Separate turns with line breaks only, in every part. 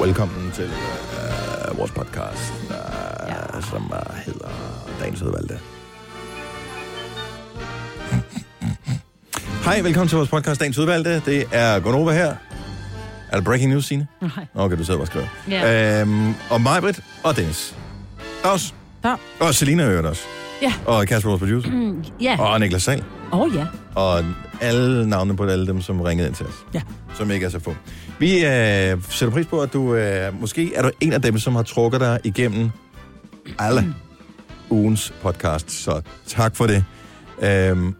velkommen til øh, vores podcast, øh, ja. som øh, hedder Dagens Udvalgte. Hej, velkommen til vores podcast, Dagens Udvalgte. Det er Gonova her. Er der breaking news, Signe?
Nej.
Okay, du sidder bare og skriver.
Ja.
Øhm, og Majbrit og Dennis. Dags.
Der.
Og Selina hører også.
Ja.
Og Kasper, vores producer.
Mm, ja. Åh,
Og Niklas Sal.
oh, ja.
Og alle navnene på alle dem, som ringede ind til os.
Ja.
Som ikke er så få. Vi øh, sætter pris på, at du øh, måske er du en af dem, som har trukket dig igennem alle mm. ugens podcast. Så tak for det. Øhm,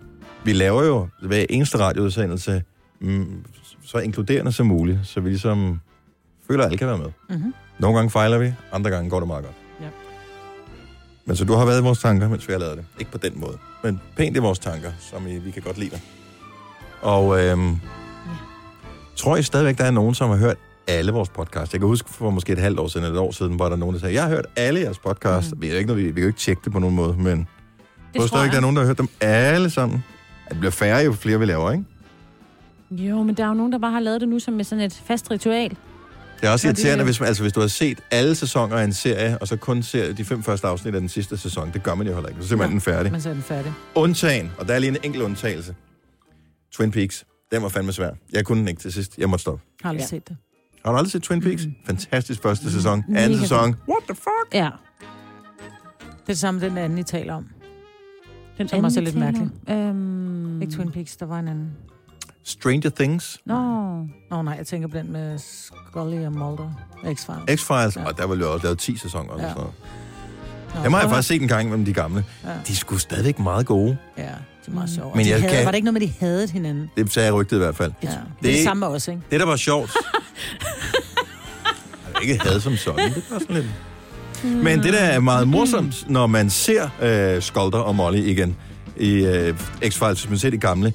vi laver jo hver eneste radioudsendelse mm, så inkluderende som muligt, så vi ligesom føler, at alle kan være med.
Mm-hmm.
Nogle gange fejler vi, andre gange går det meget godt.
Ja.
Men så du har været i vores tanker, mens vi har lavet det. Ikke på den måde, men pænt i vores tanker, som I, vi kan godt lide dig. Og øhm, ja. tror I stadigvæk, der er nogen, som har hørt alle vores podcast? Jeg kan huske for måske et halvt år siden, eller et år siden, var der nogen, der sagde, jeg har hørt alle jeres podcast. Mm. Vi, er jo ikke, noget, vi, vi kan jo ikke tjekke det på nogen måde, men det tror stadigvæk, der er nogen, der har hørt dem alle sammen. Ja, Det bliver færre, jo flere vi laver, ikke?
Jo, men der er jo nogen, der bare har lavet det nu som med sådan et fast ritual.
Det er også
Ja, det er
irriterende,
det.
hvis, man, altså, hvis du har set alle sæsoner af en serie, og så kun ser de fem første afsnit af den sidste sæson. Det gør man jo heller ikke. Så ser man den færdig.
Man ser den færdig.
Undtagen, og der er lige en enkelt undtagelse. Twin Peaks. Den var fandme svær. Jeg kunne den ikke til sidst. Jeg måtte stoppe.
Har aldrig
Ja.
ja. set det.
Har du aldrig set Twin Peaks? Fantastisk første sæson.
Mm.
Mega
Anden
god.
sæson.
Ja.
Det er det samme, den anden, I taler om.
Den
Som også er lidt
anden, vi
mærkelig.
taler om. Øhm...
Mm. Ikke Twin Peaks, der var en anden.
Stranger Things.
Nå.
Nå nej, jeg tænker på den med Scully og Mulder. X-Files.
X-Files.
Ja.
Og der var jo også lavet 10 sæsoner. Ja.
Ja.
Sådan noget.
Nå,
Dem har jeg
prøv at-
faktisk set en gang imellem de gamle.
Ja.
De skulle stadigvæk meget gode.
Ja, det er meget sjovt.
Men
Men jeg
jeg
de havde,
kan-
kan... Var det ikke noget med, de havde hinanden?
Det sagde jeg rygtet i hvert fald.
Ja. Det, er
Det er
det
ikke-
samme med os, ikke?
Det, der var sjovt... Jeg vil ikke had som sådan, det var sådan lidt...
Hmm.
Men det, der er meget morsomt, når man ser øh, Skolder og Molly igen i øh, X-Files, hvis man ser de gamle.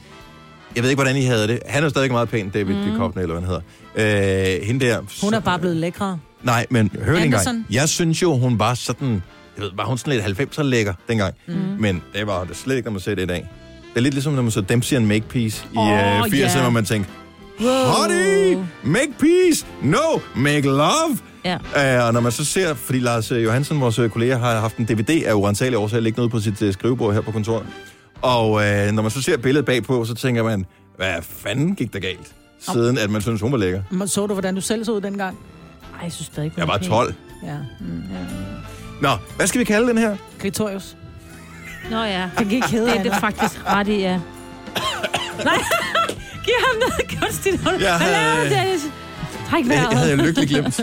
Jeg ved ikke, hvordan I havde det. Han er stadig meget pæn, David mm. Duchovny, eller hvad han hedder. Øh, hende der...
Hun er bare blevet lækre.
Nej, men hør det engang.
Anderson?
Jeg synes jo, hun var sådan... Jeg ved, var hun sådan lidt 90'er lækker dengang. Mm. Men det var det slet ikke, når man ser det i dag. Det er lidt ligesom, når man så Dempsey and Makepeace i
Åh,
oh, øh, 80'erne,
ja.
hvor man tænkte,
Wow.
Honey, make peace, no, make love.
Ja.
Uh, og når man så ser, fordi Lars øh, Johansen, vores øh, kollega, har haft en DVD af urensagelige årsager liggende ude på sit øh, skrivebord her på kontoret. Og øh, når man så ser billedet bagpå, så tænker man, hvad fanden gik der galt? Siden at man synes, hun var lækker.
Men Så du, hvordan du selv så ud dengang?
Ej, jeg synes stadig ikke, hun
Jeg
er
var
pæn.
12.
Ja. Mm, ja.
Nå, hvad skal vi kalde den her?
Clitorius.
Nå ja.
Det gik kede
Det
af
er det
hende.
faktisk ret i, ja. Nej, giv ham noget kunstigt. Hold.
Jeg
Hvad laver
havde-
du, Dennis? Træk
Det
vejret.
havde jeg lykkelig glemt.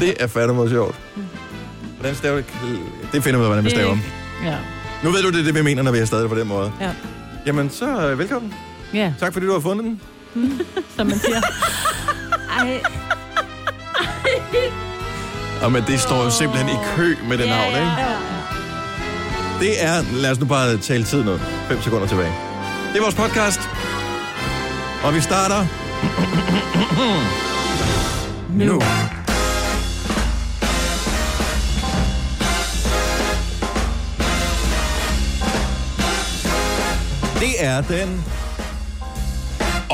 Det er fandme sjovt. Hvordan staver det? Det finder vi ud af, hvordan vi
Det er
staver.
Ja.
Nu ved du, det er det, vi mener, når vi er stadig på den måde.
Ja.
Jamen, så øh, velkommen.
Ja,
Tak fordi du har fundet den.
som man siger. Ej,
Og men det står jo simpelthen i kø med den havn, ikke? Det er, lad os nu bare tale tid nu. 5 sekunder tilbage. Det er vores podcast. Og vi starter... nu. Det er den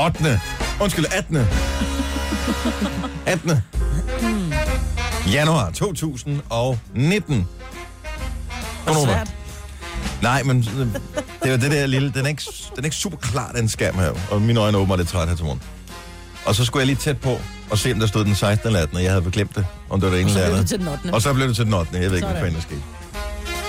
8. Undskyld, 18. 18. Januar 2019. Godnova.
Svært.
Nej, men øh, det var det der lille... Den er ikke, den er ikke super klar, den skærm her. Og mine øjne åbner lidt træt her til morgen. Og så skulle jeg lige tæt på og se, om der stod den 16. eller 18. Og jeg havde glemt det, om det var det ene
Så
eller
blev du
andet.
til den 8.
Og så blev det til den 8. Jeg ved ikke, hvad
Sådan.
fanden der skete.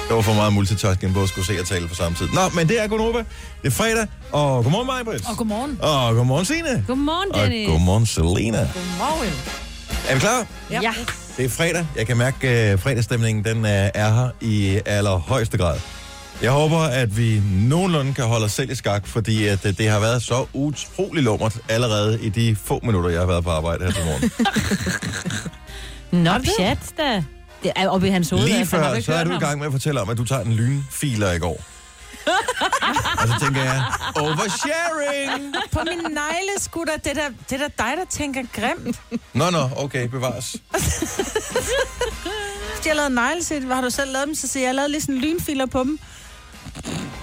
Det var for meget multitasking, både at skulle se og tale på samme tid. Nå, men det er Gunova. Det er fredag, og godmorgen, Majbrit.
Og godmorgen.
Og godmorgen, Signe.
godmorgen,
Og
Dennis.
godmorgen, Selena.
Godmorgen.
Er vi klar?
Ja.
Ja.
Det er fredag. Jeg kan mærke, at fredagsstemningen den øh, er her i allerhøjeste grad. Jeg håber, at vi nogenlunde kan holde os selv i skak, fordi at øh, det har været så utrolig lummert allerede i de få minutter, jeg har været på arbejde her til morgen.
Nå, pjat da. Det er oppe i hans hoved.
Lige
altså, har
før,
ikke
så er
hørt
du i
ham?
gang med at fortælle om, at du tager en lynfiler i går. Og så tænker jeg, oversharing!
På min negle, skutter, det er da, det er da dig, der tænker grimt.
Nå, nå, okay, bevares.
Fordi jeg lavede neglesæt, har du selv lavet dem? Så siger jeg, jeg lavede lige sådan en lynfiler på dem.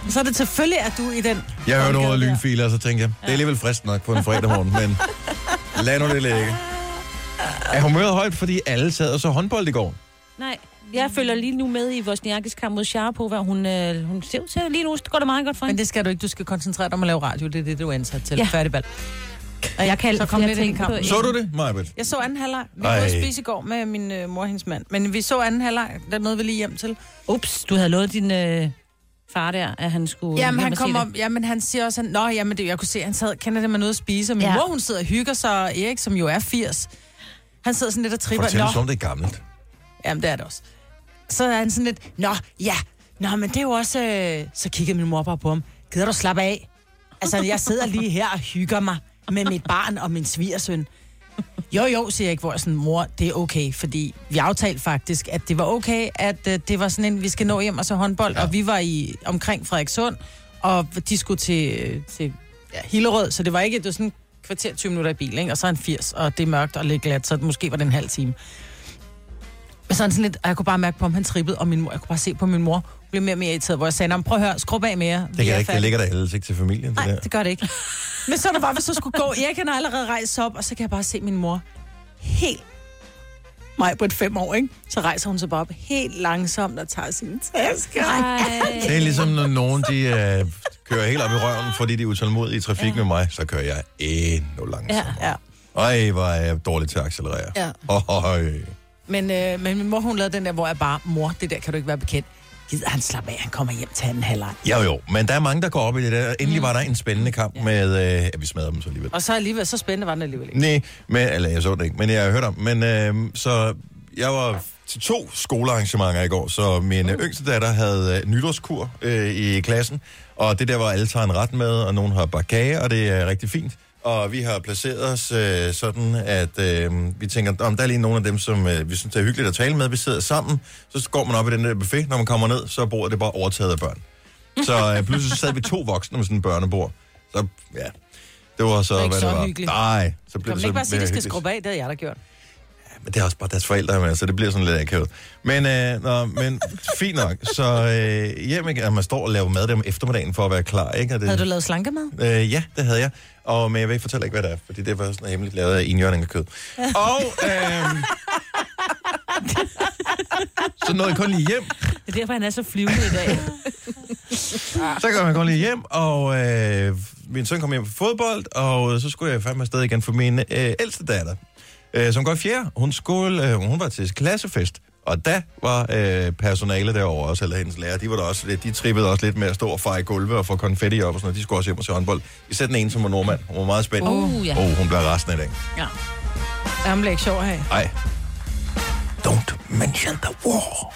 Så er det selvfølgelig, at du er i den.
Jeg hørte
omgave
ordet
der.
lynfiler, og så tænkte jeg, det er alligevel frist nok på en fredag morgen, men lad nu det ligge. Er humøret højt, fordi alle sad og så håndbold i går?
Nej, jeg følger lige nu med i Vosniakis kamp mod Sharapova. Hun, øh, hun ser ud til, lige nu går det meget godt for
Men
hende.
det skal du ikke. Du skal koncentrere dig om at lave radio. Det er det, du er ansat til.
Ja.
Ja. Færdigball. Og
Jeg kan
så kom
flere
lidt ind i
ting på
kampen.
én.
Så du det, Majbet?
Jeg så anden halvleg. Vi
Ej.
var ude at spise i går med min øh, mor og hendes mand. Men vi så anden halvleg. Der nåede vi lige hjem til.
Ups, du havde lovet din øh, far der, at han skulle...
Jamen,
jeg
han
må se
kom
det.
op, jamen, han siger også, han, Nå, jamen, det, jeg kunne se, han sad, kender det, man er ude at spise, og min
Ja.
ja. mor, hun sidder og hygger sig, og Erik, som jo er 80, han sidder sådan lidt og tripper.
Fortæl os
Nå,
om det er gammelt.
jamen, det er det også. Så er han sådan lidt, nå, ja, nå, men det er jo også, øh... så kiggede min mor bare på ham, gider du slappe af? Altså, jeg sidder lige her og hygger mig med mit barn og min svigersøn. Jo, jo, siger jeg ikke, hvor jeg sådan, mor, det er okay, fordi vi aftalte faktisk, at det var okay, at øh, det var sådan en, vi skal nå hjem og så håndbold, ja. og vi var i omkring Frederikssund, og de skulle til, øh, til ja, Hillerød, så det var ikke, det var sådan et kvarter 20 minutter i bil, ikke? og så er han 80, og det er mørkt og lidt glat, så måske var det en halv time. Men sådan, sådan lidt, og jeg kunne bare mærke på, om han trippede, og min mor, jeg kunne bare se på min mor, hun blev mere og mere irriteret, hvor jeg sagde, "Nå, men prøv at høre, skrub af med jer.
Det, kan ikke, det ligger der ellers ikke til familien, det
Nej,
der.
det gør det ikke. Men så er der bare, hvis jeg skulle gå. Jeg kan allerede rejse sig op, og så kan jeg bare se min mor helt mig på et fem år, ikke? Så rejser hun sig bare op helt langsomt og tager sin taske.
Ej.
Det er ligesom, når nogen de, øh, kører helt op i røven, fordi de er utålmodige i trafik ja. med mig, så kører jeg endnu langsommere. Ja.
Ja.
Ej, hvor er jeg dårlig til at accelerere.
Ja.
Øj.
Men, øh, men min mor, hun lavede den der, hvor jeg bare, mor, det der kan du ikke være bekendt. Gider han slappe af, han kommer hjem til anden halvleg.
Jo, jo, men der er mange, der går op i det der. Endelig var der en spændende kamp med... Øh, ja, vi smadrede dem så alligevel.
Og så alligevel, så spændende var den alligevel ikke.
Nej, men, eller jeg så det ikke, men jeg har hørt om. Men øh, så jeg var til to skolearrangementer i går, så
Mm.
min øh, yngste datter havde øh, nytårskur øh, i klassen, og det der var alle tager en ret med, og nogen har bare kage, og det er rigtig fint. Og vi har placeret os øh, sådan, at øh, vi tænker, om der er lige nogle af dem, som øh, vi synes er hyggeligt at tale med. Vi sidder sammen, så går man op i den der buffet. Når man kommer ned, så er bordet det bare overtaget af børn. Så øh, pludselig så sad vi to voksne med sådan en børnebord. Så ja, det var så,
Det var ikke
hvad
så
det var.
hyggeligt.
Nej, så
Kan
blev det
man
så
ikke bare sige, at
mere
de skal
hyggeligt.
skrubbe af? Det havde jeg da gjort.
Men det er også bare deres forældre med, så det bliver sådan lidt akavet. Men, øh, nå, men fint nok. Så øh, hjem igen, og man står og laver mad dem eftermiddagen for at være klar, ikke? Og det,
Havde du lavet slankemad?
Øh, ja, det havde jeg. Og, men jeg vil ikke fortælle ikke, hvad det er, fordi det var sådan noget hemmeligt lavet af enhjørning og kød. Og øh, så nåede jeg kun lige hjem.
Det er derfor, han er så flyvende i dag.
Så kom jeg kun lige hjem, og øh, min søn kom hjem fra fodbold, og så skulle jeg fandme afsted igen for min øh, ældste datter, øh, som går i fjerde. Hun, skulle, øh, hun var til klassefest, og der var øh, personale derovre også, eller hendes lærer, de var der også, lidt- de trippede også lidt med at stå og feje gulve og få konfetti op og sådan noget. De skulle også hjem og se håndbold. Især den ene, som var nordmand. Hun var meget spændt.
Uh, ja.
oh, hun blev resten af dagen.
ja.
Jamen, det er ikke sjov at have.
Ej. Don't mention the war.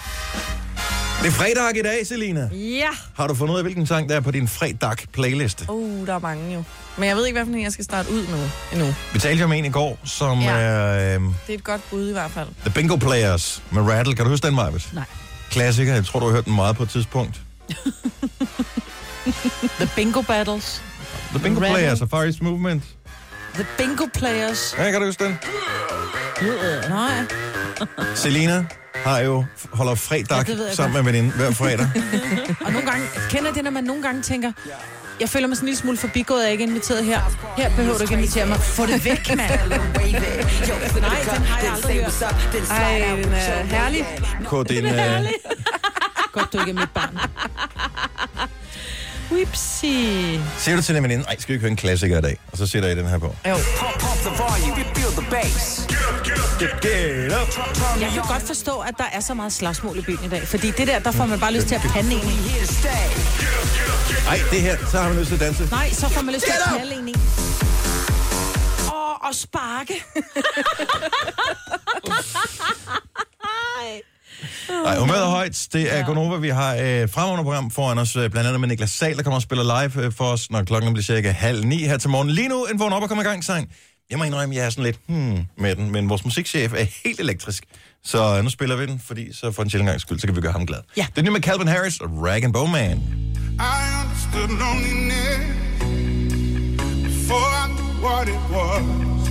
Det er fredag i dag, Selina.
Ja,
Har du fundet ud af, hvilken sang der er på din fredag-playliste?
uh, der er mange jo. Men jeg ved ikke, hvad for en jeg skal starte ud med endnu.
Vi talte jo om en i går, som ja.
Ja.
er øh,
Det er et godt bud i hvert fald.
The Bingo Players med Rattle. Kan du huske den, Marvis?
Nej.
Klassiker. Jeg tror, du har hørt den meget på et tidspunkt.
The bingo battles.
The Bingo
Rattle.
Players og Far East Movement.
The bingo players.
Ja, kan du huske den?
Øh, Nej.
Selina har jo holder fredag
Ja, det ved
ja,
jeg
sammen med veninden hver fredag.
Og nogle gange, kender I det, når man nogle gange tænker, jeg føler mig sådan en lille smule forbigået, jeg er ikke inviteret her. Her behøver du ikke invitere mig. Få det væk, mand. Nej, den har jeg aldrig hørt. øh,
Ej, den er herlig.
På din, øh,
Godt, du ikke er mit barn.
Whipsy.
siger du til din veninde, nej, skal vi ikke høre en klassiker i dag? Og så sætter I den her på.
Jo.
Get up!
Jeg kan godt forstå, at der er så meget slagsmål i byen i dag. Fordi det der, der får man bare lyst til at pande en i.
Ej, det her, så har man lyst til at danse.
Nej, så får man lyst til at knalde en i. Åh, og sparke.
Nej, humøret er højt. Det er Gonova. Vi har øh, fremragende program foran os, øh, blandt andet med Niklas Sal, der kommer og spiller live øh, for os, når klokken bliver cirka halv ni her til morgen. Lige nu en vågn op og kommer i gang sang. Jeg må indrømme, jeg er sådan lidt hmm med den, men vores musikchef er helt elektrisk. Så øh, nu spiller vi den, fordi så for en sjældent gang skyld, så kan vi gøre ham glad.
Ja.
Det er nye med Calvin Harris og Rag and Bowman.
I understood loneliness before I knew what it was.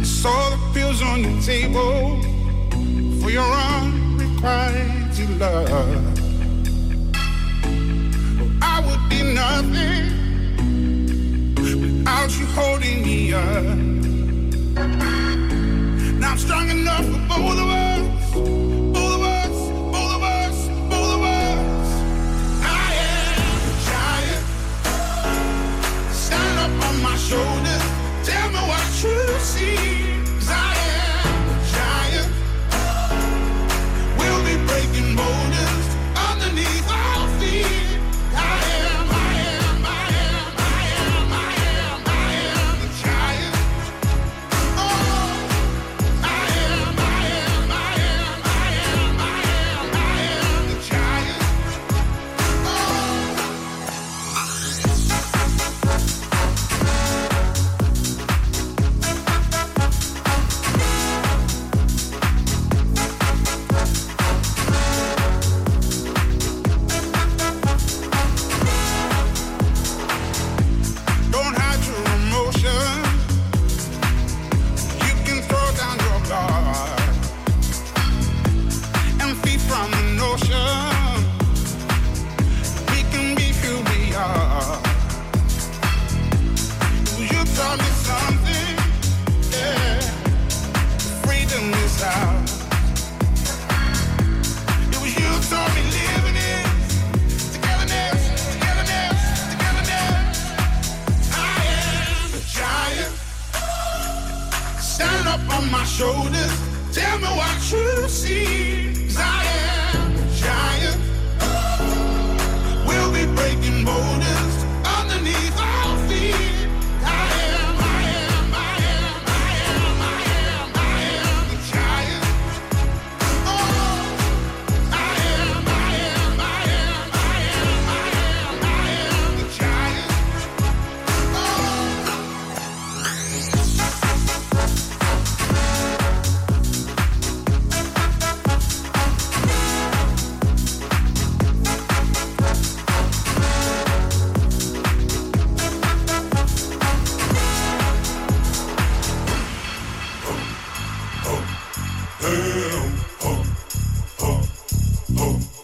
I saw the pills on your table for your unrequited love. I would be nothing without you holding me up.
Oh,
roll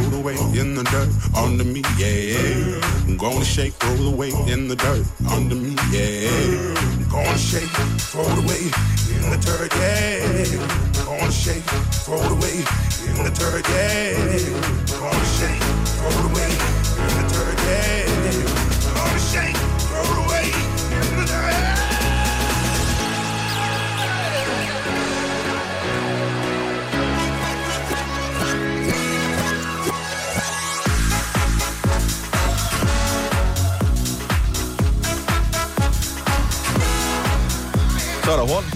the weight in the dirt under me, yeah. I'm gonna shake, roll the weight in the dirt under me, yeah. I'm gonna shake, roll the weight in the dirt, yeah. I'm gonna shake, roll the weight in the dirt, yeah. I'm gonna shake, roll the weight in the dirt, yeah. I'm gonna shake, roll the weight in the dirt,
Så er der rundt.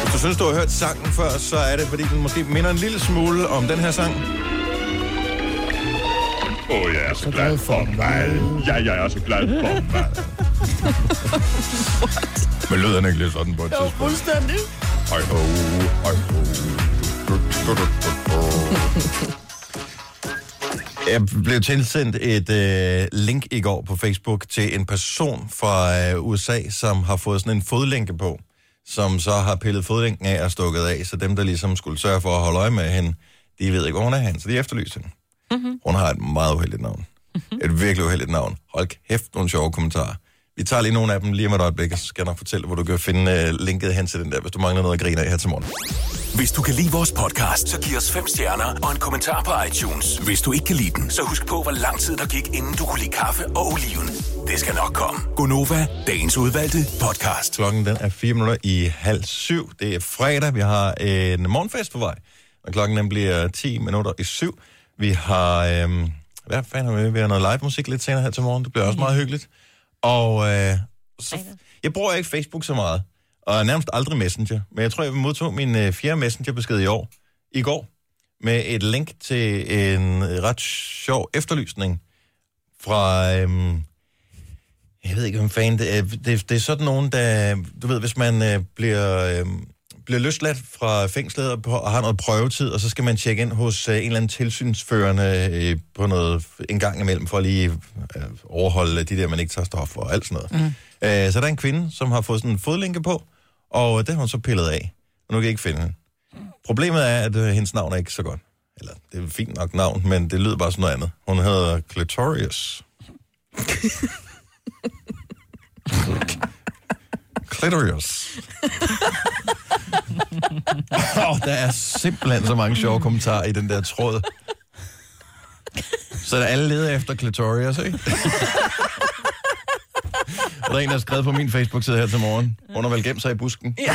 Hvis du synes, du har hørt sangen før, så er det, fordi den måske minder en lille smule om den her sang.
Åh, jeg er så glad for mig. Ja, jeg er så glad for mig.
Men lød den ikke lidt sådan på et tidspunkt?
Fuldstændig.
Hej ho, hej ho. Du, du, du, du, du, du. Jeg blev tilsendt et øh, link i går på Facebook til en person fra øh, USA, som har fået sådan en fodlænke på, som så har pillet fodlænken af og stukket af, så dem, der ligesom skulle sørge for at holde øje med hende, de ved ikke, hvor hun er henne, så de efterlyste hende. Mm-hmm. Hun har et meget uheldigt navn. Mm-hmm. Et virkelig uheldigt navn. Hold kæft, nogle sjove kommentarer. Vi tager lige nogle af dem lige om et øjeblik, og så skal jeg nok fortælle, hvor du kan finde øh, linket hen til den der, hvis du mangler noget at grine af her til morgen.
Hvis du kan lide vores podcast, så giv os fem stjerner og en kommentar på iTunes. Hvis du ikke kan lide den, så husk på, hvor lang tid der gik, inden du kunne lide kaffe og oliven. Det skal nok komme. Gonova, dagens udvalgte podcast.
Klokken den er 4 minutter i halv syv. Det er fredag. Vi har en morgenfest på vej. Og klokken den bliver 10 minutter i syv. Vi har... Øhm, hvad fanden har vi? Vi har noget live musik lidt senere her til morgen. Det bliver også meget hyggeligt. Og øh, så, jeg bruger ikke Facebook så meget. Og nærmest aldrig Messenger. Men jeg tror, jeg modtog min øh, fjerde Messenger-besked i år. I går. Med et link til en ret sjov efterlysning fra... Øhm, jeg ved ikke, hvem fanden det er. Det, det er sådan nogen, der... Du ved, hvis man øh, bliver, øh, bliver løsladt fra fængslet og, på, og har noget prøvetid, og så skal man tjekke ind hos øh, en eller anden tilsynsførende øh, på noget en gang imellem, for at lige øh, overholde de der, man ikke tager stof og alt sådan noget. Mm. Øh, så der er en kvinde, som har fået sådan en fodlænke på, og det har hun så pillet af. Og nu kan jeg ikke finde hende. Problemet er, at øh, hendes navn er ikke så godt. Eller, det er et fint nok navn, men det lyder bare som noget andet. Hun hedder Clitorius. Clitorius. oh, der er simpelthen så mange sjove kommentarer i den der tråd. Så der er alle leder efter clitorius, ikke? Og der er en, der har skrevet på min Facebook-side her til morgen. Hun har vel gemt sig i busken. Ja.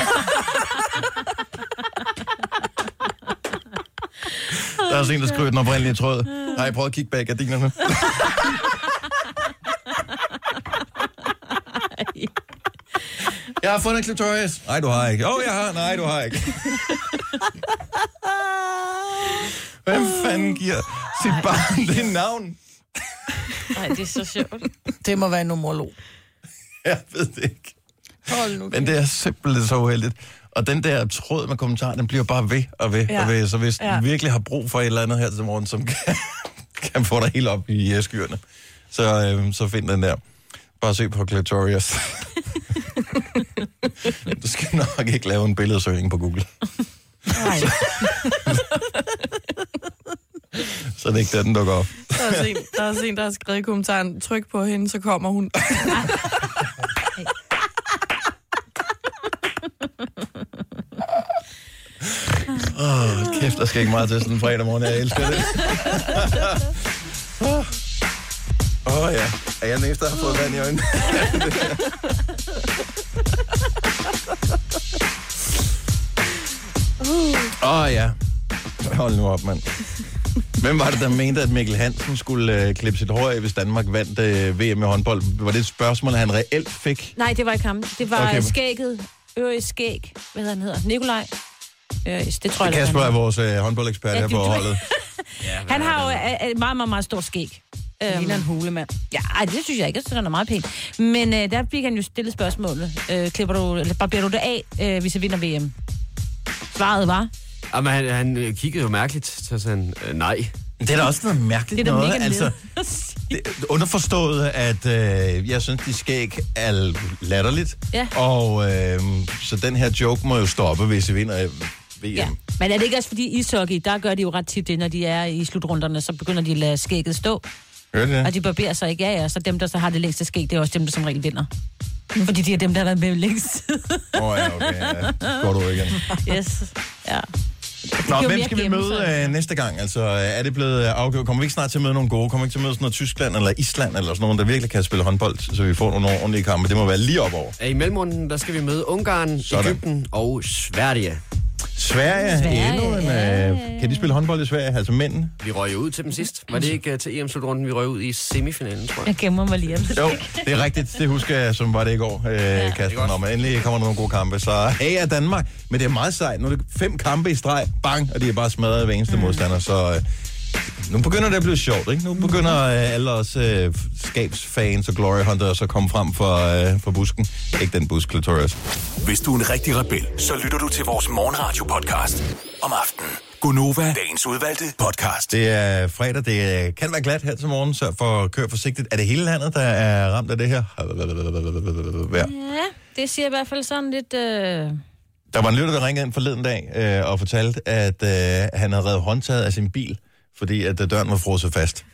Der er også en, der skriver i den oprindelige tråd. Har I prøvet at kigge bag gardinerne? Jeg har fundet clitoris. Nej, du har ikke. Åh, oh, jeg har. Nej, du har ikke. Hvem fanden giver sit barn det navn?
Nej, det er så sjovt.
Det må være en numerolog.
Jeg ved det ikke.
Hold nu.
Men det er simpelthen så uheldigt. Og den der tråd med kommentaren, den bliver bare ved og ved ja.
Ja.
og ved. Så hvis ja.
Ja.
du virkelig har brug for et eller andet her til morgen, som kan, kan få dig helt op i øh, skyerne, så, øhm, så find den der. Bare søg på Clitorius. du skal nok ikke lave en billedsøgning på Google.
Nej,
Så er det ikke der, den dukker op.
der er, også en, der er også en, der har skrevet i kommentaren, tryk på hende, så kommer hun.
Åh, kæft, der skal ikke meget til sådan en fredag morgen. Jeg elsker det. Åh oh, ja. Er jeg den eneste, der har fået vand i øjnene? Åh oh, ja. Hold nu op, mand. Hvem var det, der mente, at Mikkel Hansen skulle øh, klippe sit hår af, hvis Danmark vandt øh, VM i håndbold? Var det et spørgsmål, han reelt fik?
Nej, det var ikke ham. Det var
Okay.
okay. skægget. Øres skæg. Hvad hedder han hedder? Nikolaj. Øres, det tror jeg,
Kasper er
han,
vores øh, håndboldekspert
Ja,
her på
det-
holdet.
hedder. han har jo øh, øh, meget, meget, meget stort skæg. Øhm,
Ligner en hulemand.
ja, ej, det synes jeg ikke. Jeg synes, han er meget pæn. Men øh, der fik han jo stillet spørgsmålet. Øh, klipper du, eller barberer du det af, øh, hvis jeg vinder VM? Svaret var,
Jamen, han, han øh, kiggede jo mærkeligt, så sagde han, øh, nej.
Det er da også noget mærkeligt
det er da
noget.
mega
altså,
altså,
øh,
Det- underforstået, at øh, jeg synes, de skæg er latterligt.
Ja.
Og øh, så den her joke må jo stoppe, hvis I vinder øh, VM.
Ja. Men er det ikke også fordi ishockey, der gør de jo ret tit det, når de er i slutrunderne, så begynder de at lade skægget stå,
Hørte det?
og de barberer sig ikke. Ja, ja, så dem, der så har det længste skæg, det er også dem, der som regel vinder. Fordi de er dem, der har været med længst.
Åh, oh, ja, okay. Ja. Godt ud igen.
yes. Ja.
Nå,
jo
hvem
mere
skal vi møde
gennemført.
øh, næste gang? Altså, øh, er det blevet øh, afgjort? Kommer vi ikke snart til at møde nogle gode? Kommer vi ikke til at møde sådan noget Tyskland eller Island eller sådan nogen, der virkelig kan spille håndbold, så vi får nogle ordentlige kampe? Det må være lige op over.
I mellemrunden, der skal vi møde Ungarn,
Sådan.
Sådan. Ægypten og Sverige.
Sverige,
Sverige,
Sverige endnu en, øh, kan de spille håndbold i Sverige? Altså mændene?
Vi røg jo ud til dem sidst. Var det ikke øh, til EM-slutrunden, vi røg ud i semifinalen, tror jeg?
Jeg gemmer mig lige om lidt.
Jo, det er rigtigt. Det husker jeg, som var det i går, øh, ja, Kasper. Når man endelig kommer der nogle gode kampe, så hey er Danmark. Men det er meget sejt. Nu er det fem kampe i streg. Bang! Og de er bare smadret hver eneste mm. modstander. Så øh, nu begynder det at blive sjovt, ikke? Nu begynder øh, alle os øh, skabsfans og glory hunters at komme frem for, øh, for busken. Ikke den busk, Clitorius.
Hvis du er en rigtig rebel, så lytter du til vores morgenradio-podcast om aftenen. Gunova, dagens udvalgte podcast.
Det er fredag. Det øh, kan være glat her til morgen, så for at køre forsigtigt. Er det hele landet, der er ramt af det her? Vejr.
Ja, det siger i hvert fald sådan lidt... Øh...
Der var en lytter, der ringede ind forleden dag øh, og fortalte, at øh, han havde reddet håndtaget af sin bil, fordi at øh, døren var frosset fast.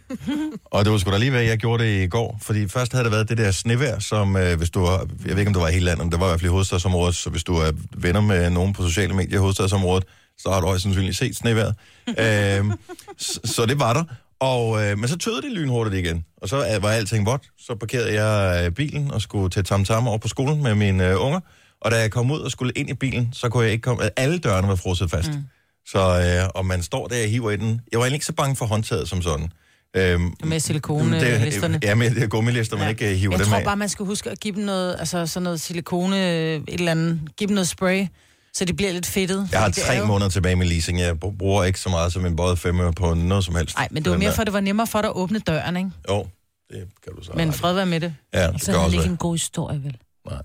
og det var sgu da lige hvad jeg gjorde det i går, fordi først havde der været det der snevejr, som øh, hvis du har, jeg ved ikke om det var i hele landet, men det var i hvert fald i hovedstadsområdet, så hvis du er venner med nogen på sociale medier i hovedstadsområdet, så har du højst sandsynligt set snevejret. øh, så, så det var der. Og, øh, men så tøede det lynhurtigt igen, og så øh, var alting vådt. Så parkerede jeg øh, bilen og skulle til Tam Tam over på skolen med mine øh, unger. Og da jeg kom ud og skulle ind i bilen, så kunne jeg ikke komme... Alle dørene var frosset fast. Mm. Så øh, og man står der og hiver i den. Jeg var egentlig ikke så bange for håndtaget som sådan. Øhm,
Med silikonelisterne.
det- Ja, med det gummilister, man ikke øh, hiver
Jeg
dem
tror
af.
bare, man skal huske at give dem noget, altså sådan noget silikone, øh, et eller andet, give dem noget spray, så det bliver lidt fedtet.
Jeg har
Fordi det er
tre
jo-
måneder tilbage med leasing. Jeg br- bruger ikke så meget som en både femmer på noget som helst.
Nej, men det var
Den
mere
der-
for, at det var nemmere for dig at åbne døren, ikke?
Jo, det kan du så.
Men fred være med det.
ja, det
Så
kan
har
også
ikke
være.
en god historie, vel?
Nej.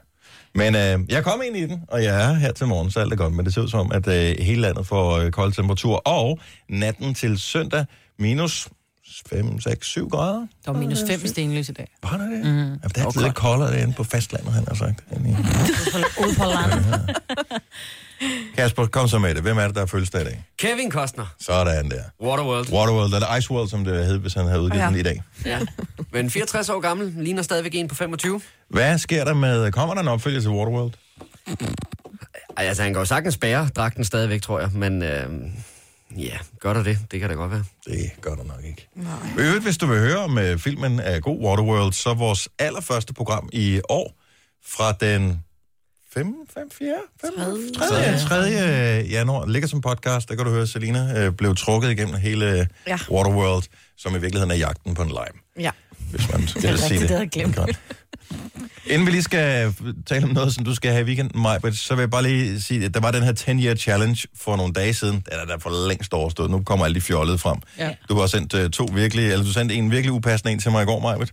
Men øh, jeg kom ind i den, og jeg er her til morgen, så alt er godt. Men det ser ud som, at øh, hele landet får øh, kolde temperaturer. Og natten til søndag minus 5, 6, 7 grader.
Der var minus fem i Stenløs i dag.
Var der det? Mm.
Mhm.
Jamen, det er altid lidt koldere derinde på fastlandet, han har sagt. End i-
Ude på landet.
Kasper, kom så med det. Hvem er det, der er fødselsdag i dag?
Kevin Costner,
Sådan der.
Waterworld.
Waterworld, eller Iceworld, som det hed, hvis han havde udgivet
Ja.
den i dag.
Men 64 år gammel, ligner stadigvæk en på 25.
Hvad sker der med... Kommer der en opfølger til Waterworld?
Ej, altså, han kan jo sagtens bære dragten stadigvæk, tror jeg. Men øh, ja, gør der det. Det kan da godt være.
Det gør der nok ikke. Nej. I øvrigt, hvis du vil høre om uh, filmen af God Waterworld, så vores allerførste program i år fra den 5, 5, 4, 5, 3, 3. januar ligger som podcast. Der kan du høre, at Selina uh, blev trukket igennem hele ja.
Ja.
Waterworld, som i virkeligheden er jagten på en lime.
Ja.
Hvis man skal
rigtigt,
sige
det
det.
havde jeg glemt.
Godt. Inden vi lige skal tale om noget, som du skal have i weekenden, Majbert, så vil jeg bare lige sige, at der var den her 10-year challenge for nogle dage siden. Den er der for længst overstået. Nu kommer alle de fjollede frem.
Ja.
Du har sendt øh, to virkelig, eller du sendte en virkelig upassende en til mig i går, Majbert.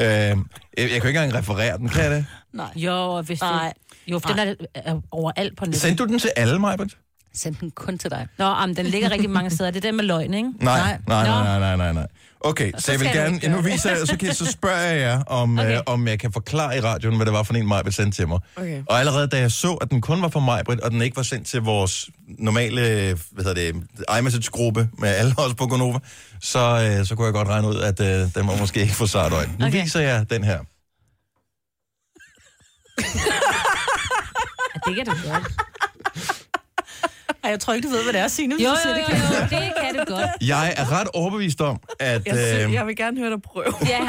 øh, jeg, jeg kan jo ikke engang referere den, kan jeg det?
Nej.
Jo, og hvis
Nej.
du... Jo, for den er, er overalt på nettet.
Sendte du den til alle, Majbert?
Send den kun til dig.
Nå, om den ligger rigtig mange steder. Det er den med løgn, ikke?
Nej, nej, nej,
Nå.
nej, nej, nej, nej. Okay, så, jeg vil
skal du
gerne,
ikke
nu
gøre det.
viser jeg, så, kan, så spørger jeg jer, om, okay.
Okay.
øh, om jeg kan forklare i radioen, hvad det var for en Majbrit sendte til mig.
Okay.
Og allerede da jeg så, at den kun var for Majbrit, og den ikke var sendt til vores normale, hvad hedder det, iMessage-gruppe med alle os på Gonova, så, øh, så kunne jeg godt regne ud, at øh, den var måske ikke for Sardøj. Nu okay.
Okay.
viser jeg den her.
Ja, det kan du godt.
Ej, jeg tror ikke, du ved, hvad det er, Signe. hvis
Jo,
du
jo,
siger
jo, jo,
det.
det kan du godt.
Jeg er ret overbevist om, at...
Jeg,
øh,
sy- jeg vil gerne høre dig prøve.
Ja,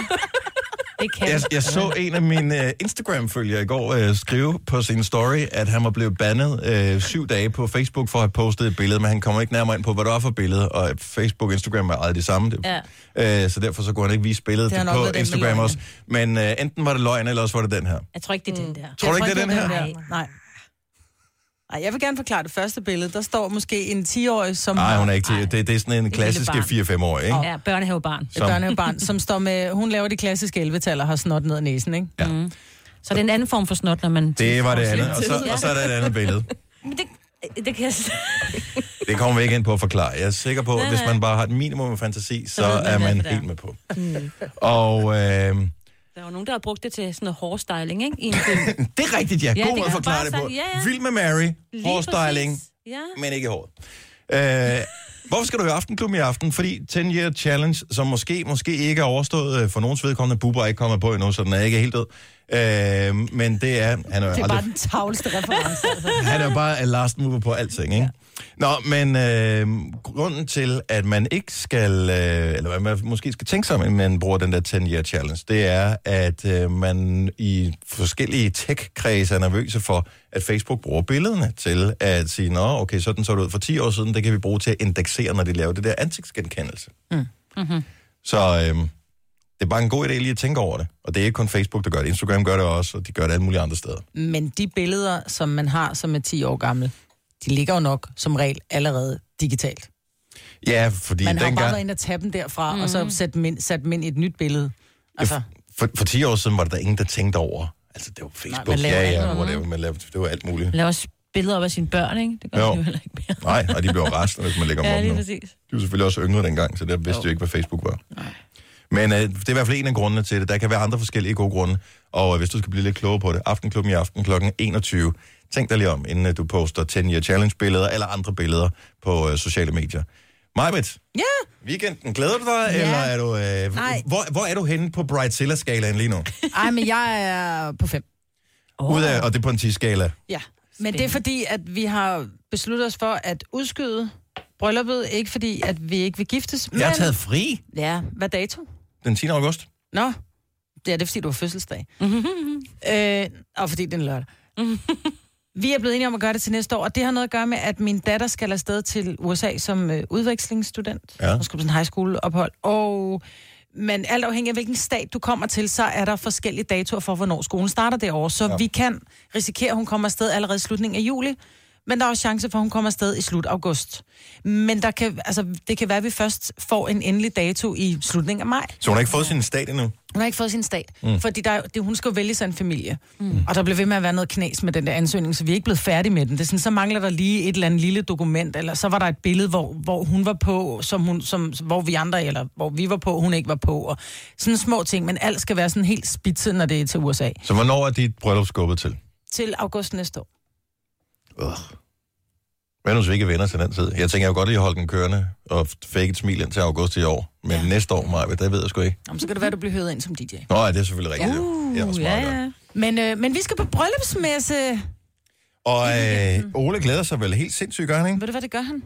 det kan
Jeg,
du.
jeg så en af mine øh, Instagram-følgere i går øh, skrive på sin story, at han var blevet bandet øh, syv dage på Facebook for at have postet et billede, men han kommer ikke nærmere ind på, hvad det var for et billede, og Facebook og Instagram er aldrig det samme. Det, ja. øh, så derfor så kunne han ikke vise billedet
Det har nok
på
været den med
Instagram
løgnen.
også. Men øh, enten var det løgn, eller også var det den her.
Jeg tror ikke, det er den der.
Tror du ikke, det er den her?
der. Nej. Ej, jeg vil gerne forklare det første billede. Der står måske en 10-årig, som
Nej, hun er
har
ikke til. Det, det er sådan en klassisk
barn.
4-5-årig, ikke?
Ja, børnehavebarn.
et børnehavebarn, som står med... Hun laver de klassiske 11-tal og har snot ned ad næsen, ikke?
Ja.
Så det er en anden form for snot, når man...
Det var det andet, og så, og så er der et andet billede.
Men det, det kan jeg... s-
Det kommer vi ikke ind på at forklare. Jeg er sikker på, at hvis man bare har et minimum af fantasi, så, så
ved man,
er
hvad
man
det er.
helt med på. Og... Øh,
Der er jo nogen, der har brugt det til sådan noget hårstyling, ikke? I en film.
Det er rigtigt, ja. God
Ja,
ja,
det
måde
kan
at
man
forklare
bare
det på.
sige, ja, ja.
Vild med Mary,
Lige
hårstyling,
præcis. Ja.
men ikke i håret. Øh, hvorfor skal du høre Aftenklubben i aften? Fordi 10 Year Challenge, som måske, måske ikke er overstået øh, for nogens vedkommende, Bubber er ikke kommet på endnu, så den er ikke helt død. Øh, men det er, han er,
Det
aldrig,
er bare den tavleste reference. Altså.
han er jo bare a last mover på alting, ikke? Nå, men øh, grunden til, at man ikke skal, øh, eller hvad man måske skal tænke sig, om, at man bruger den der 10 year challenge, det er, at øh, man i forskellige tech-kredse er nervøse for, at Facebook bruger billederne til at sige, nå, okay, sådan så det ud for 10 år siden, det kan vi bruge til at indeksere, når de laver det der ansigtsgenkendelse. Mm. Mm-hmm. Så øh, det er bare en god idé lige at tænke over det. Og det er ikke kun Facebook, der gør det. Instagram gør det også, og de gør det alle mulige andre steder.
Men de billeder, som man har, som er 10 år gammel, de ligger jo nok som regel allerede digitalt.
Ja, fordi
Man har jo
dengang...
bare været inde og tage dem derfra, mm. og så sat dem, ind, sat dem ind i et nyt billede. Altså,
for, for 10 år siden var der da ingen, der tænkte over. Altså, det var Facebook,
man
Nej,
laver
ja,
alt
ja,
muligt.
whatever, man lavede, det var alt muligt.
Lav også billeder op af sine børn, ikke? Det gør
Jo.
jo. jo heller ikke mere.
Nej, og de blev rasende, hvis man lægger dem
Ja,
op
lige
nu.
præcis.
De var selvfølgelig også yngre dengang, så der vidste jo. de ikke, hvad Facebook var. Men øh, det er i hvert fald en af grundene til det. Der kan være andre forskellige gode grunde. Og øh, hvis du skal blive lidt klogere på det, Aftenklubben i aften kl. 21. Tænk dig lige om, inden øh, du poster 10 Year Challenge-billeder eller andre billeder på øh, sociale medier. Majbrit,
ja,
weekenden glæder du dig,
Ja.
eller er du... Øh,
Nej.
hvor, hvor er du henne på Brightzilla-skalaen lige nu?
ej, men jeg er på fem.
Oh. Ud af, og det er på en 10-skala.
Ja, men det er fordi, at vi har besluttet os for at udskyde brylluppet, ikke fordi, at vi ikke vil giftes,
Jeg har
men...
taget fri
Ja, hvad dato?
den 10. august.
Nå, det er det, fordi du har fødselsdag. øh, og fordi det er en lørdag. Vi er blevet enige om at gøre det til næste år, og det har noget at gøre med, at min datter skal afsted til USA som øh, udvekslingsstudent.
Ja.
Hun skal på sådan en high school ophold. Og, men alt afhængig af, hvilken stat du kommer til, så er der forskellige datoer for, hvornår skolen starter det år. Så ja. vi kan risikere, at hun kommer afsted allerede i slutningen af juli, men der er også chance for, at hun kommer afsted i slut august. Men der kan, altså, det kan være, at vi først får en endelig dato i slutningen af maj.
Så hun har ikke fået sin stat endnu.
Hun har ikke fået sin stat, mm. fordi der, er jo- det, hun skal jo vælge sig en familie. Mm. Og der blev ved med at være noget knas med den der ansøgning, så vi er ikke blevet færdige med den. Det er sådan, så mangler der lige et eller andet lille dokument, eller så var der et billede, hvor, hvor hun var på, som hun, som, hvor vi andre, eller hvor vi var på, hun ikke var på. Og sådan små ting, men alt skal være sådan helt spidset, når det er til USA.
Så hvornår er dit bryllup skubbet til?
Til august næste år.
Ugh. Hvad nu, hvis vi ikke er venner til den tid? Jeg tænker, jeg kunne godt lige holde den kørende og fake et smil indtil august i år. Men ja. næste år, Maja, det ved jeg sgu ikke.
Jamen, så kan det være, du bliver høvet ind som DJ.
Nå, ja, det er selvfølgelig rigtigt. Uh, ja,
Uh, ja, ja.
Men, øh, men vi skal på bryllupsmesse.
Og øh, Ole glæder sig vel helt sindssygt, gør han, ikke?
Ved du, hvad det gør han?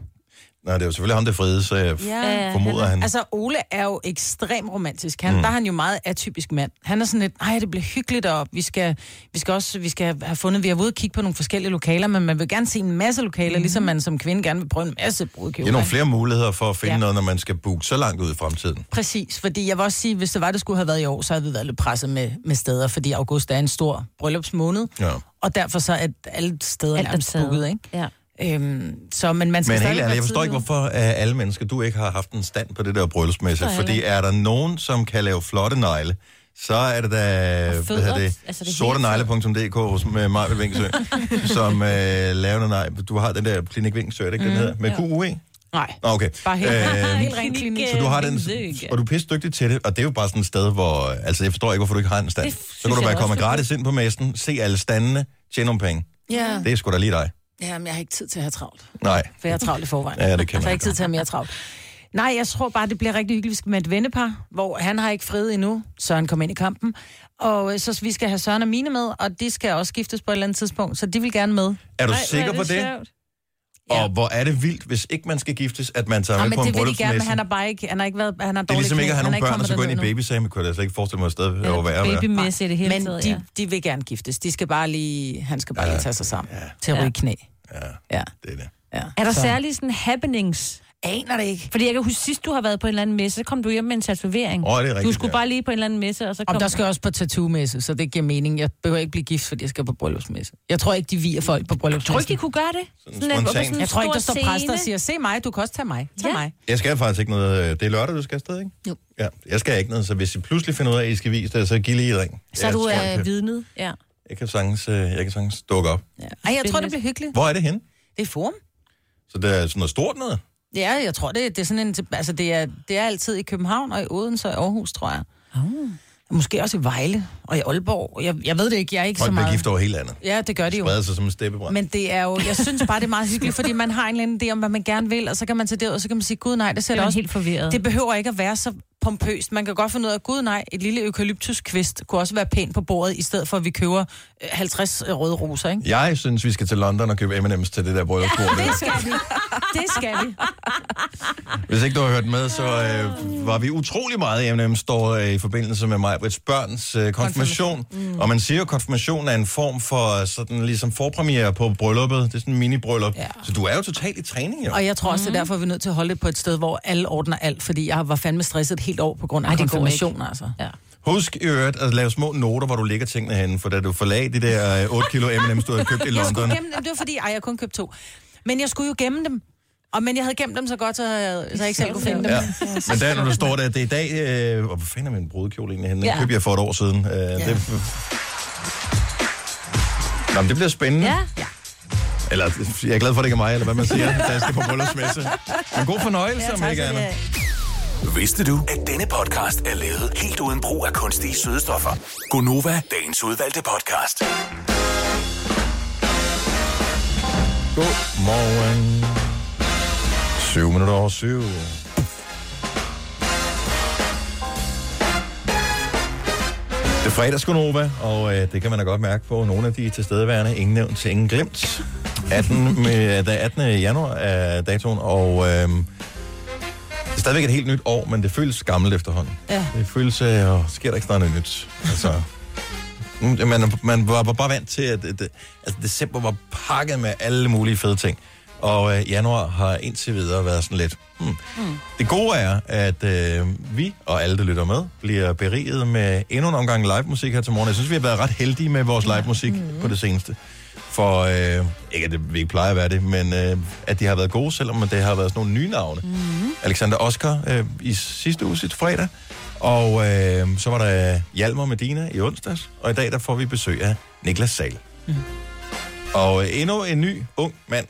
Nej, det er jo selvfølgelig ham, der fride, så jeg ja.
Ja,
formoder han.
Altså, Ole er jo ekstrem romantisk. Han, mm. Der er han jo meget atypisk mand. Han er sådan lidt, nej, det bliver hyggeligt, og vi skal, vi skal også vi skal have fundet, vi har været ude og kigge på nogle forskellige lokaler, men man vil gerne se en masse lokaler, mm. ligesom man som kvinde gerne vil prøve en masse
Det er
brudkjoler.
nogle flere muligheder for at finde ja.
Ja.
noget, når man skal booke så langt ud i fremtiden.
Præcis, fordi jeg vil også sige, hvis det var, det skulle have været i år, så havde vi været lidt presset med, med steder, fordi august er en stor bryllupsmåned,
Ja.
og derfor så er alle steder
Alt
Alt
er
nærmest
taget.
booket, ikke?
Ja.
Øhm, så, men man skal
Men helt
stadig være
ærligt, jeg forstår
tidlig
ikke,
ude.
hvorfor uh, alle mennesker, du ikke har haft en stand på det der bryllupsmesse.
heller
Fordi
ikke.
er der nogen, som kan lave flotte negle, så er det da hvad
fødder.
hedder det,
Altså, det
det
er
sortenegle.dk hos med Maja Vingsø, som øh, laver noget negle. Du har den der Klinik Vingsø, er det ikke mm, den hedder? Med QUE?
Nej,
Nå, okay.
bare helt,
Øhm,
øh, helt ren klinik.
så du har den, og du er pisse dygtig til det, og det er jo bare sådan et sted, hvor... øh, Altså, jeg forstår ikke, hvorfor du ikke har en stand.
Det
Så
synes
kan du
jeg
bare
også,
komme
du
gratis ind på messen, se alle standene, tjene nogle penge.
Ja,
Det er sgu da lige dig.
jamen, jeg har ikke tid til at have travlt.
Nej.
For jeg er travlt i forvejen.
Ja, det kan
Så jeg
man
har ikke tid til at have mere travlt. Nej, jeg tror bare, det bliver rigtig hyggeligt. Vi skal med et vennepar, hvor han har ikke fred endnu. Søren kom ind i kampen. Og øh, så vi skal have Søren og Mine med, og de skal også skiftes på et eller andet tidspunkt. Så de vil gerne med.
Er du sikker på det?
Ja.
Og hvor er det vildt, hvis ikke man skal giftes, at man tager
Ja,
med
Ah, men
på en
det vil de
bryllupsmesse.
gerne, men han har bare ikke... Han har ikke været... Han har
det er ligesom ikke at have nogle børn, og så gå ind i
baby.
babysam. Jeg kunne jeg da slet ikke forestille mig et sted, hvor værre at være.
Babymæssigt i det hele
Men
taget,
de,
ja.
de vil gerne giftes. De skal bare lige... Han skal bare lige tage sig sammen ja. til at ryge knæ.
Ja,
Ja.
det er det.
ja.
Er der
Så-
særlige sådan happenings?
Aner det ikke.
Fordi jeg kan huske, sidst du har været på en eller anden messe, så kom du hjem med en tatovering.
Åh, det er rigtigt,
du skulle
ja.
bare lige på en eller anden messe, og så kom...
Om der skal jeg også på tattoo-messe, så det giver mening. Jeg behøver ikke blive gift, fordi jeg skal på bryllupsmesse. Jeg tror ikke, de viger folk på bryllupsmesse.
Tror du ikke, de kunne gøre det? Sådan, at-
spontant.
på en
Jeg tror ikke, der
stor
står præster og
scene.
siger, se mig, du kan også tage mig. Tag
Ja.
mig.
Jeg skal faktisk ikke noget... øh, Det er lørdag, du skal afsted, ikke?
Jo.
Ja, jeg skal ikke noget, så hvis I pludselig finder ud af, at I skal vise det, så giv lige et ring.
Så
jeg,
du
tror,
øh,
jeg
er
kan-
vidnet. Ja.
jeg, kan sagtens, øh, jeg kan sagtens dukke op.
Ej, jeg tror, det bliver hyggeligt.
Hvor er det henne?
Det er forum.
Så det er sådan noget stort noget?
Ja, jeg tror, det, det er sådan en... Altså, det er, det er altid i København og i Odense og i Aarhus, tror jeg. Måske også i Vejle og i Aalborg. Jeg, jeg ved det ikke, jeg er ikke så
Folk bliver
meget...
gift over hele landet.
Ja, det gør de jo.
Breder sig som en steppebrand. Men...
Men det er jo, jeg synes bare, det er meget hyggeligt, fordi man har en eller anden idé om, hvad man gerne vil, og så kan man tage det ud, og så kan man sige, gud nej, det ser
Det er
da
man
også...
helt forvirret.
Det behøver ikke at være så pompøst. Man kan godt finde ud af, gud nej, et lille eukalyptuskvist kunne også være pænt på bordet, i stedet for at vi køber øh, 50 røde roser, ikke?
Jeg synes, vi skal til London og købe M&M's til det der bryllupsbord. der.
Det skal vi. Det skal vi.
Hvis ikke du har hørt med, så øh, var vi utrolig meget i M&M's står øh, i forbindelse med mig Brits børns øh, konfirmation. Mm. Og man siger jo, at konfirmation er en form for øh, sådan ligesom forpremiere på brylluppet. Det er sådan en mini-bryllup. Ja.
Ja.
Så du er jo totalt i træning, jo.
Og jeg tror også,
Mhm.
det er derfor, vi er nødt til at holde det på et sted, hvor alle ordner alt, fordi jeg var fandme stresset et helt år på grund af
Ej, det går
konfirmation, altså.
Ja.
Husk i øvrigt at lave små noter, hvor du lægger tingene henne, for da du forlagde de der øh, 8 kilo M&M's, du havde købt i
Jeg
London.
skulle gemme dem, det var fordi, ej, jeg kun købte to. Men jeg skulle jo gemme dem. Og, men jeg havde gemt dem så godt, så jeg, så jeg ikke selv kunne finde dem.
Ja. Men der, når du står der, det er i dag... Øh, hvor fanden er min brudekjole egentlig henne? Den
Ja.
købte jeg for et år siden. Øh, ja. det, Nå, men det bliver spændende.
Ja.
Eller, jeg er glad for, at det ikke er mig, eller hvad man siger, da jeg skal på bryllupsmesse. Men god fornøjelse, om ikke andet.
Vidste du, at denne podcast er lavet helt uden brug af kunstige sødestoffer? Gonova, dagens udvalgte podcast.
Godmorgen. 7 minutter over 7. Det er fredags, Gunova, og øh, det kan man da godt mærke på nogle af de tilstedeværende. Ingen nævnt til ingen glemt. 18, med, der 18. januar er datoen, og øh, det er stadigvæk et helt nyt år, men det føles gammelt efterhånden.
Ja.
Det føles, øh, åh, sker der ikke snart noget nyt? Altså, mm, man, man var bare vant til, at, at, at altså, december var pakket med alle mulige fede ting. Og øh, januar har indtil videre været sådan lidt... Hmm. Mm. Det gode er, at øh, vi og alle, der lytter med, bliver beriget med endnu en omgang live musik her til morgen. Jeg synes, vi har været ret heldige med vores live musik mm. på det seneste. For, øh, ikke at det, vi ikke plejer at være det, men øh, at de har været gode, selvom det har været sådan nogle nye navne. Mm. Alexander Oskar øh, i sidste uge, sidste fredag. Og øh, så var der Hjalmar Medina i onsdags. Og i dag, der får vi besøg af Niklas Sal. Mm. Og øh, endnu en ny ung mand.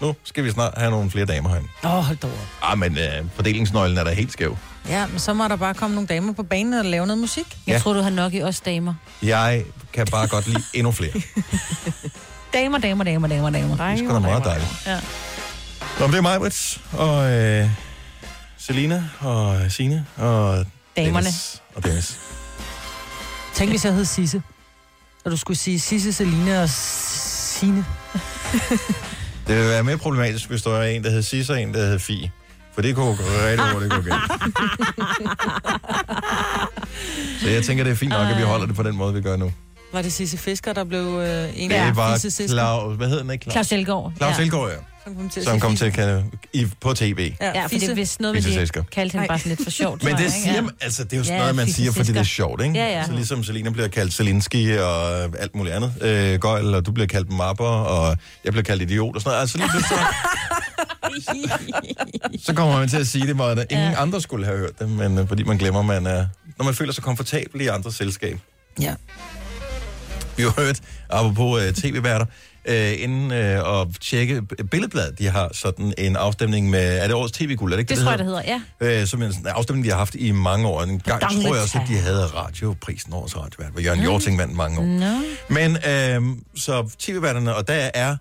Nu skal vi snart have nogle flere damer herinde.
Åh, oh, hold da op.
Ah, men øh, fordelingsnøglen er da helt skæv.
Ja, men så må der bare komme nogle damer på banen og lave noget musik.
Jeg
Ja.
tror, du har nok i os damer.
Jeg kan bare godt lide endnu flere. Det
Damer, damer, damer, damer, damer.
er sgu da meget dejligt.
Ja.
Nå, men det er mig, Brits, og øh, Selina, og Sine og
Damerne.
Dennis. Og Dennis.
Tænk, hvis jeg hed Sisse. Og du skulle sige Sisse, Selina og Sine.
Det ville være mere problematisk, hvis der var en, der hed Sis og en, der hed Fi. For det kunne gå rigtig hurtigt gå galt. Så jeg tænker, det er fint nok, at
Øh.
vi holder det på den måde, vi gør nu.
Var det Sisse Fisker, der blev øh, en
Det
af
er bare
Sisse Sisker?
Claus... Hvad hedder den ikke?
Claus Elgaard.
Claus
ja.
Elgaard, ja.
Som kom til at
Som
sige
kom
Fisse.
til at kalde, i, på tv.
Ja, for det er
Fisse.
vist noget,
Fisse
vi
Fisker.
kaldte hende
Ej.
bare sådan lidt for sjovt.
Men
tror
det
jeg,
siger
ikke?
man, altså det er jo sådan
Ja,
noget, man
fisk og
siger, fordi det er
fisker.
sjovt, ikke?
Ja, ja.
Så ligesom Selina bliver kaldt Zelinski og alt muligt andet. Øh, Gøjl, og du bliver kaldt mapper, og jeg bliver kaldt idiot og sådan noget. Altså lige pludselig, så, så kommer man til at sige det, hvor der ingen
Ja.
andre skulle have hørt det, men øh, fordi man glemmer, man er... Når man føler sig komfortabel i andres selskab.
Ja.
Vi har hørt, apropos øh, tv-værter, øh, inden øh, at tjekke Billedbladet, de har sådan en afstemning med... Er det årets tv-guld? Er det ikke
Det
det,
tror jeg, det hedder, ja.
Øh, som en sådan afstemning, de har haft i mange år. En gang
Danglet
tror jeg også, at de
tal.
havde radioprisen årets radiovært, hvor Jørgen Jorting vandt mange år. Men øh, så tv-værterne, og der er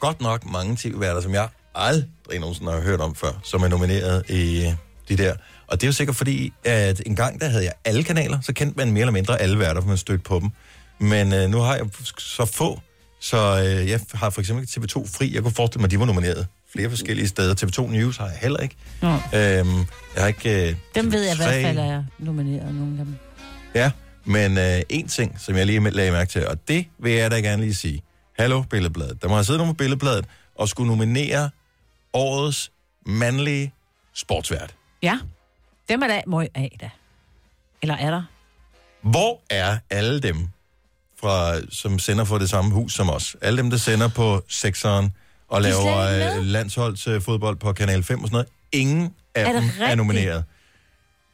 godt nok mange tv-værter, som jeg aldrig nogensinde har hørt om før, som er nomineret i øh, de der. Og det er jo sikkert fordi, at en gang der havde jeg alle kanaler, så kendte man mere eller mindre alle værter, for man stødte på dem. Men øh, nu har jeg så få, så øh, jeg har for eksempel TV2 Fri. Jeg kunne forestille mig, at de var nomineret flere forskellige steder. TV2 News har jeg heller ikke.
Nå.
Øhm, jeg har ikke... Øh,
Dem ved jeg i
tre-
hvert fald, at jeg nomineret nogle af dem.
Ja, men øh, en ting, som jeg lige lagde mærke til, og det vil jeg da gerne lige sige. Hallo, Billedbladet. Der må have siddet nogen på Billedbladet og skulle nominere årets mandlige sportsvært.
Ja, dem er der møg af, da. Eller er der?
Hvor er alle dem, fra, som sender for det samme hus som os? Alle dem, der sender på sekseren og
er slet
laver
ikke
øh, landsholdsfodbold på Kanal 5 og sådan noget. Ingen af
Er
er
det
dem er
rigtigt?
nomineret.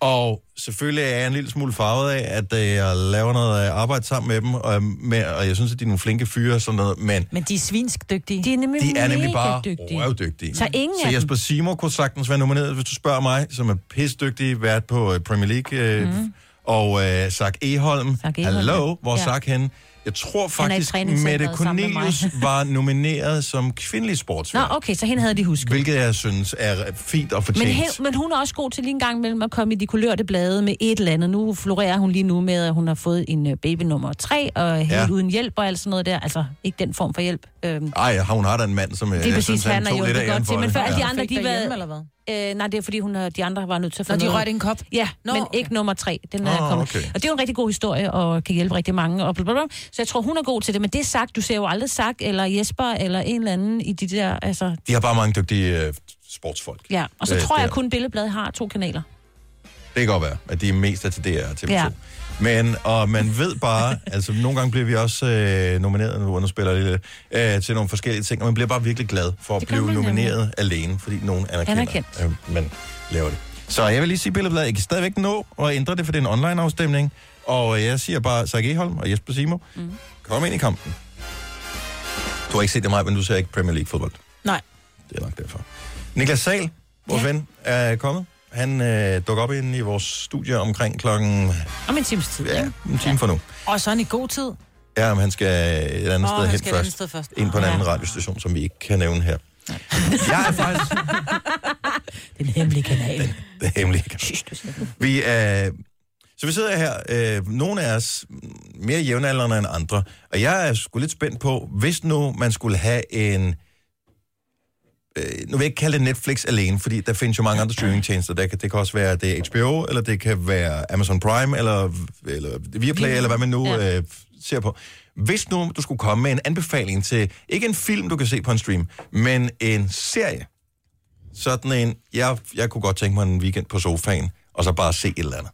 Og selvfølgelig er jeg en lille smule farvet af, at øh, jeg laver noget øh, arbejde sammen med dem, og, med, og jeg synes, at de er nogle flinke fyre og sådan noget, men
Men de er svinsk dygtige.
De er nemlig,
de er nemlig
mega
bare
dygtige.
røvdygtige.
Så ingen
så
af
Jesper Simon kunne sagtens være nomineret, hvis du spørger mig, som er pissdygtig vært på øh, Premier League, øh, mm. og øh, Zach Eholm.
Zach Mhm. Egholm,
Hallo,
ja.
hvor
Ja.
Zach henne? Jeg tror
er i
faktisk,
træningscenteret
Mette
sammen med mig.
Cornelius var nomineret som kvindelig
Nå,
sportsvært.
okay, så hende havde de husket.
Hvilket jeg synes er fint og
Men,
fortjent.
he, men hun er også god til lige en gang mellem at komme i de kulørte blade med et eller andet. Nu florerer hun lige nu med, at hun har fået en øh, baby nummer tre, og helt
Ja.
ja. uden hjælp og alt sådan noget der. Altså, ikke den form for hjælp. Øhm,
Ej, har hun har da en mand, som øh,
det er præcis, han er jo
lidt af
det
æren
godt
for
til. Men
det.
før alle de
Ja.
andre,
Fik
de
derhjemme, eller
var...
hvad?
Øh, nej, det er fordi, hun og de andre var nødt til at få
Når de
noget-
røg en kop.
Ja,
Nå,
Nå, men
okay.
okay. ikke nummer tre. Den er
Ah,
oh, kommet.
okay.
Okay. Og det er jo en rigtig god historie, og kan hjælpe rigtig mange. Og blablabla. Så jeg tror, hun er god til det. Men det sagt, du ser jo aldrig sagt, eller Jesper, eller en eller anden i de der... Altså,
De har bare mange dygtige øh, sportsfolk.
ja. Og så
Øh,
øh, tror jeg
der.
kun, Billedbladet har to kanaler.
Det kan godt være, at de er mest er til DR og TV2. Ja.
Ja.
Men, og man ved bare, altså nogle gange bliver vi også øh, nomineret, nu underspiller jeg lidt, øh, til nogle forskellige ting, og man bliver bare virkelig glad for at
Det gør
blive
man nemlig.
nomineret alene, fordi nogen anerkender,
Anerkendt.
øh, man laver det. Så jeg vil lige sige, Billedbladet, I kan stadigvæk nå at ændre det, for det er en online-afstemning, og øh, jeg siger bare, Sark Eholm og Jesper Simo, mm. kom ind i kampen. Du har ikke set det meget, men du ser ikke Premier League-fodbold.
Nej.
Det er nok derfor. Niklas Sal, vores ja. ven, er kommet. Han øh, dukker op ind i vores studie omkring klokken
Om en times tid.
ja,
Ja.
en time ja. for nu.
Og så er han i god tid.
Ja, men han skal et
Åh,
andet sted
han
hen
skal et andet
først.
sted først.
Ind på en
Åh,
anden
ja.
radiostation, som vi ikke kan nævne her. Jeg er faktisk
Den hemmelige kanal.
det hemmelige. Vi er... Så vi sidder her, øh, nogle af os mm, mere jævnaldrende end andre, og jeg er sgu lidt spændt på, hvis nu man skulle have en... Øh, nu vil jeg ikke kalde det Netflix alene, fordi der findes jo mange andre streamingtjenester. Der kan, det kan også være det er HBO, eller det kan være Amazon Prime, eller, eller Viaplay, eller hvad man nu
Ja.
øh, ser på. Hvis nu du skulle komme med en anbefaling til, ikke en film, du kan se på en stream, men en serie, sådan en, jeg, jeg kunne godt tænke mig en weekend på sofaen, og så bare se et eller andet.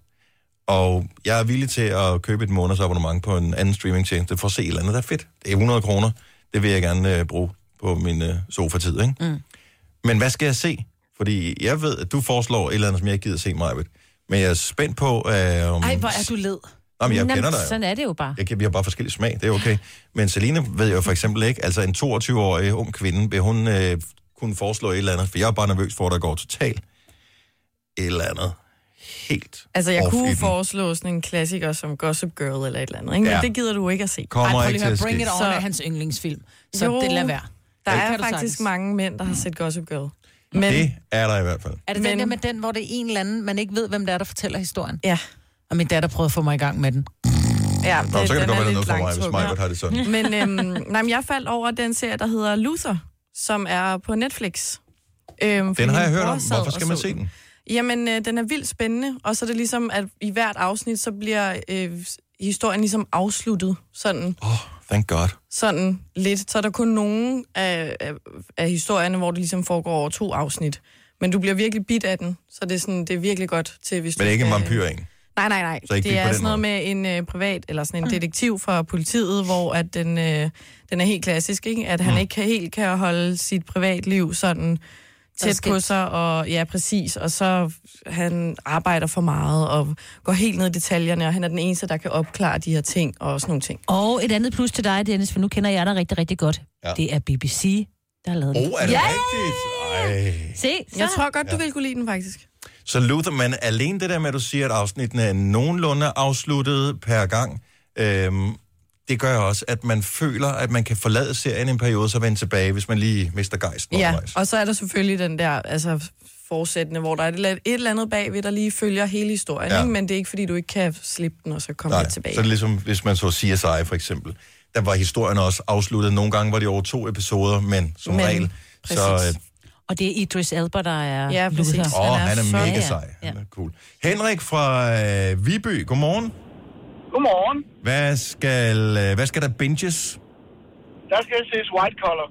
Og jeg er villig til at købe et måneds abonnement på en anden streamingtjeneste for at se et eller andet, der er fedt. Det er 100 kroner, det vil jeg gerne øh, bruge på min øh, sofa-tid, ikke? Mm. Men hvad skal jeg se? Fordi jeg ved, at du foreslår et eller andet, som jeg ikke gider se mig Men jeg er spændt på... Øh, om...
Ej, hvor er du led.
Nå, men jeg
Nå,
kender dig jo
Sådan er det jo bare.
jeg kan, vi har bare forskellige smag, det er okay. Men Selina ved jeg jo for eksempel ikke, altså en 22-årig ung kvinde, vil hun øh, kunne foreslå et eller andet, for jeg er bare nervøs for, at der går totalt et eller andet helt
Altså, jeg
off i
kunne
den.
foreslå sådan en klassiker som Gossip Girl eller et eller andet, ikke? Men
Ja.
det gider du ikke at se.
Kommer
Ej, prøv
ikke
lige at
til at
høre, Bring
ske.
It On
Så-
er hans yndlingsfilm. Så
Jo.
det lader være.
Der
Det kan
er
du
faktisk
sagtens.
mange mænd, der har set Gossip Girl. Men,
Det er der i hvert fald.
Er det den
Men-
der med den, hvor det er en eller anden, man ikke ved, hvem det er, der fortæller historien?
ja,
Og min datter prøvede at få mig i gang med den.
ja
Nå, så kan det
den
godt være
er
der er noget
lidt
for mig, hvis
langtrukken.
mig har det sådan.
Men, øhm, nej, men jeg faldt over den serie, der hedder Luther, som er på Netflix. Øhm, fordi
Den har
min
jeg hørt
bror
om.
sad
Hvorfor
og
skal man
så
se den?
Jamen, øh, den er vildt spændende, og så er det ligesom, at i hvert afsnit, så bliver øh, historien ligesom afsluttet, sådan,
Åh, oh, thank god.
sådan lidt. Så er der kun nogle af, af, af historierne, hvor det ligesom foregår over to afsnit. Men du bliver virkelig bit af den, så det er, sådan, det er virkelig godt til, hvis
Men
du
ikke en
skal-
vampyr en.
Nej, nej, nej.
Så ikke
det
lige på
er
den
sådan noget med en øh, privat, eller sådan en detektiv fra politiet, hvor at den, øh, den er helt klassisk, ikke? At han mm. ikke kan, helt kan holde sit privatliv sådan tæt på
Adskilt.
sig, og ja, præcis. Og så han arbejder for meget, og går helt ned i detaljerne, og han er den eneste, der kan opklare de her ting, og sådan nogle ting.
Og et andet plus til dig, Dennis, for nu kender jeg dig rigtig, rigtig godt.
Ja.
Ja. Det er BBC, der har lavet
Åh,
den.
oh, er det
ja,
rigtigt? Ej.
se, så
Jeg tror godt, du vil kunne lide den, faktisk.
Så Luther, man alene det der med, at du siger, at afsnittene er nogenlunde afsluttet per gang, øhm, det gør også, at man føler, at man kan forlade serien en periode, så vende tilbage, hvis man lige mister gejsten
Ja,
undervejs.
og så er der selvfølgelig den der, altså fortsættende, hvor der er et eller- et eller andet bagved, der lige følger hele historien,
Ja.
ja. ikke? men det er ikke, fordi du ikke kan slippe den, og så komme lidt tilbage.
så er det ligesom, hvis man så CSI for eksempel. Der var historien også afsluttet. Nogle gange var det over to episoder, men som
Men,
regel, så...
præcis.
øh,
Og det er Idris Elba, der er
Ja, præcis.
Luther.
Åh,
Han
oh,
er
han er
så-
mega
Ja, ja.
sej. Han
Ja.
er cool. Henrik fra øh, Viby, godmorgen.
Godmorgen.
Hvad skal, øh, hvad skal der binges?
Der skal jeg ses White Collar.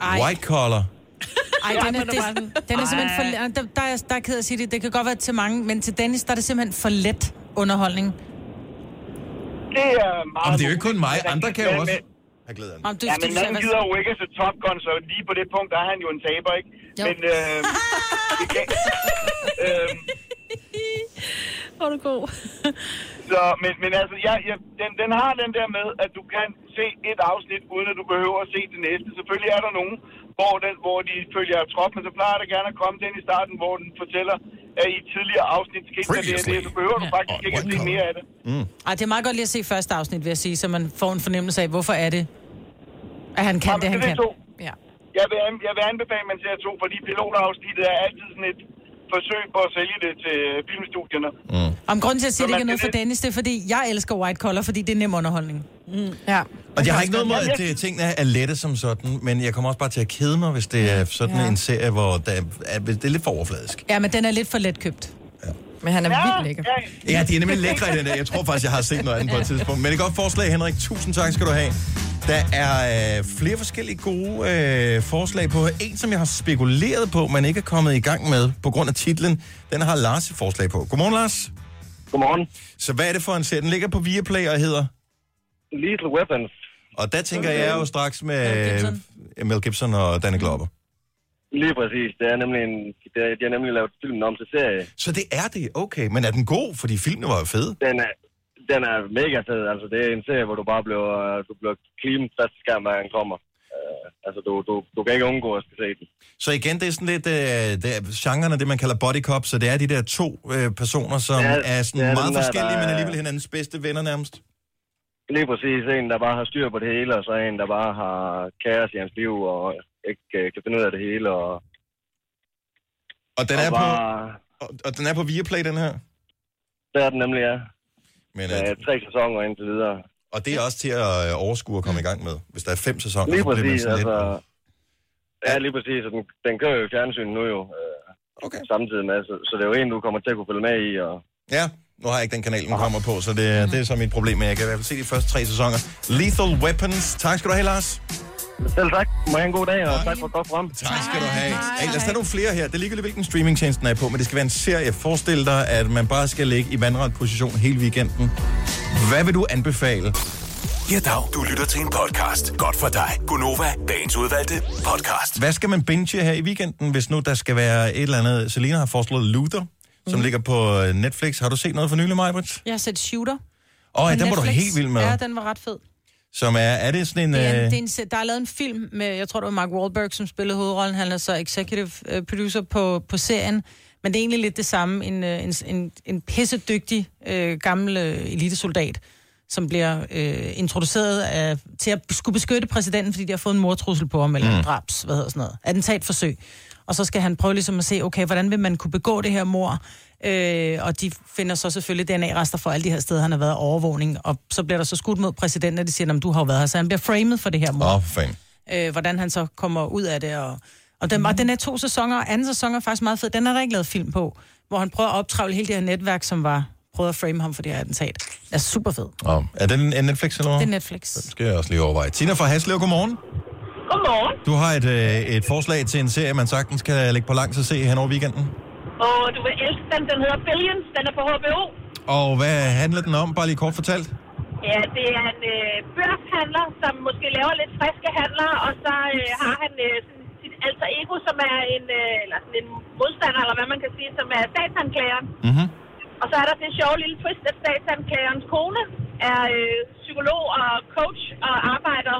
Ej. White collar.
Ej, den er, det, den er simpelthen for let. Der, der, er, der er ked af at sige det. Det kan godt være til mange, men til Dennis, der er det simpelthen for let underholdning.
Det er meget...
Jamen, det er jo ikke kun mig.
muligt.
Andre kan jo
Men-
også...
men-
Jeg glæder mig.
Om du,
Ja,
skal
men
du
nogen
sige,
gider jo ikke at se Top Gun, så lige på det punkt, der er han jo en taber, ikke?
Jo.
Men øh, det kan... øh,
Hvor er du god.
så, men, men altså, ja, ja, den, den har den der med, at du kan se et afsnit, uden at du behøver at se det næste. Selvfølgelig er der nogen, hvor, den, hvor de følger trop, men så plejer det gerne at komme den i starten, hvor den fortæller, øh, i tidligere afsnit skete der det her, det, så behøver du faktisk ikke at se mere af det.
Mm.
Ej, det er meget godt lige at se første afsnit, vil jeg sige, så man får en fornemmelse af, hvorfor er det, at han kan
Jamen,
det, han
det er
kan.
to.
Ja.
Jeg vil, an- jeg vil anbefale, at man ser to, fordi pilotafsnittet er altid sådan et forsøg på at sælge det til øh, filmstudierne.
Mm. Om grunden til, at sige, at det
Nå,
ikke er
men
noget for
det-
Dennis, det er, fordi jeg elsker white collar, fordi det er nem underholdning.
Mm. Ja.
Og jeg har ikke noget mod, at øh, tingene er lette som sådan, men jeg kommer også bare til at kede mig, hvis det er sådan
Ja.
en serie, hvor der, er, det er lidt for overfladisk.
Ja, men den er lidt for letkøbt.
Men han er vildt lækker.
ja,
Ja, de er nemlig lækre i den der. Jeg tror faktisk, jeg har set noget andet på et tidspunkt. Men det er godt forslag, Henrik. Tusind tak skal du have. Der er øh, flere forskellige gode øh, forslag på. En, som jeg har spekuleret på, men ikke er kommet i gang med på grund af titlen, den har Lars et forslag på. Godmorgen, Lars.
Godmorgen.
Så hvad er det for en serie? Den ligger på Viaplay og hedder...
Lethal Weapons.
Og der tænker jeg jo straks med
Mel
Mel
Gibson.
Gibson, Mel Gibson og Danny Glover.
Lige præcis. Det er nemlig en, det er, de har nemlig lavet filmen om til serie.
Så det er det, okay. Men er den god? Fordi filmene var jo fede.
Den er, den er mega fed. Altså, det er en serie, hvor du bare bliver, du bliver klimet første skærm, når han kommer. Uh, altså, du, du, du kan ikke undgå at skal se den.
Så igen, det er sådan lidt, øh, det er genren af det, man kalder body cop, så det er de der to øh, personer, som
Ja,
ja, er sådan
det
ja,
er
meget
dem der,
forskellige,
der
men
er-
alligevel hinandens bedste venner nærmest.
Lige præcis. En, der bare har styr på det hele, og så en, der bare har kaos i hans liv, og ikke øh, kan finde ud af det hele. Og,
Og den,
og
er på,
bare,
og, og den er på Viaplay, den her.
der er den nemlig, ja.
Men,
Med
øh,
tre sæsoner indtil videre.
og det er også til at øh, overskue og komme i gang med, hvis der er fem sæsoner.
Lige
så bliver man
præcis,
sådan lidt-
altså... Ja, lige præcis. Og den, den kører jo i fjernsynet nu jo. øh,
Okay.
samtidig med, så, så det er jo en, du kommer til at kunne følge med i. Og...
Ja, nu har jeg ikke den kanal, den kommer på, så det, er-
Mhm.
det er så mit problem, men jeg kan i hvert fald se de første tre sæsoner. Lethal Weapons. Tak skal du have, Lars.
Selv tak. Må I have en god dag, og tak for et godt program.
Tak skal du have. Hey, lad os tage nogle flere her. Det er ligegyldigt, hvilken streamingtjeneste den er på, men det skal være en serie. Forestil dig, at man bare skal ligge i vandret position hele weekenden. Hvad vil du anbefale?
Ja, dag. Du lytter til en podcast. Godt for dig. Gunova, dagens udvalgte podcast.
Hvad skal man binge her i weekenden, hvis nu der skal være et eller andet? Selina har foreslået Luther, som ligger på øh, Netflix. Har du set noget for nylig, Majbrit?
Mhm. Jeg har set Shooter.
Åh, oh, ja,
på
den var du
Netflix.
helt vild med.
Ja, den var ret fed.
Som er, er det sådan en...
Det er, en,
Øh,
det er en, se- der er lavet en film med, jeg tror det var Mark Wahlberg, som spillede hovedrollen. Han er så executive øh, producer på, på serien. Men det er egentlig lidt det samme. En, øh, en, en, en pissedygtig øh, gammel øh, elitesoldat, som bliver øh, introduceret af, til at skulle beskytte præsidenten, fordi de har fået en mordtrussel på ham, eller mm. drabs, hvad hedder sådan noget, attentatforsøg. Og så skal han prøve ligesom at se, okay, hvordan vil man kunne begå det her mor? Øh, og de finder så selvfølgelig DNA-rester for alle de her steder, han har været overvågning. Og så bliver der så skudt mod præsidenten, og de siger, "Nå, men du har jo været her. Så han bliver framed for det her mor
Åh, oh, fan.
øh, hvordan han så kommer ud af det. Og, og, den, og den er to sæsoner, og anden sæson er faktisk meget fed. Den er der ikke lavet film på, hvor han prøver at optravle hele det her netværk, som var prøvet at frame ham for det her attentat. Det er super fed. Det
Oh, er den en Netflix eller
er
noget?
Netflix.
Det skal jeg også lige overveje. Tina fra Haslev, godmorgen.
Godmorgen.
Du har et, øh, et forslag til en serie, man sagtens kan lægge på langs og se hen over weekenden.
Og du vil elske den. Den hedder Billions. Den er på HBO.
Og hvad handler den om, bare lige kort fortalt?
Ja, det er en øh, børshandler, som måske laver lidt friske handler, og så øh, har han øh, sådan sit alter ego, som er en, øh, eller sådan en modstander, eller hvad man kan sige, som er statsanklageren.
Mhm.
Og så er der det sjove lille twist, at statsanklagerens kone er øh, psykolog og coach og arbejder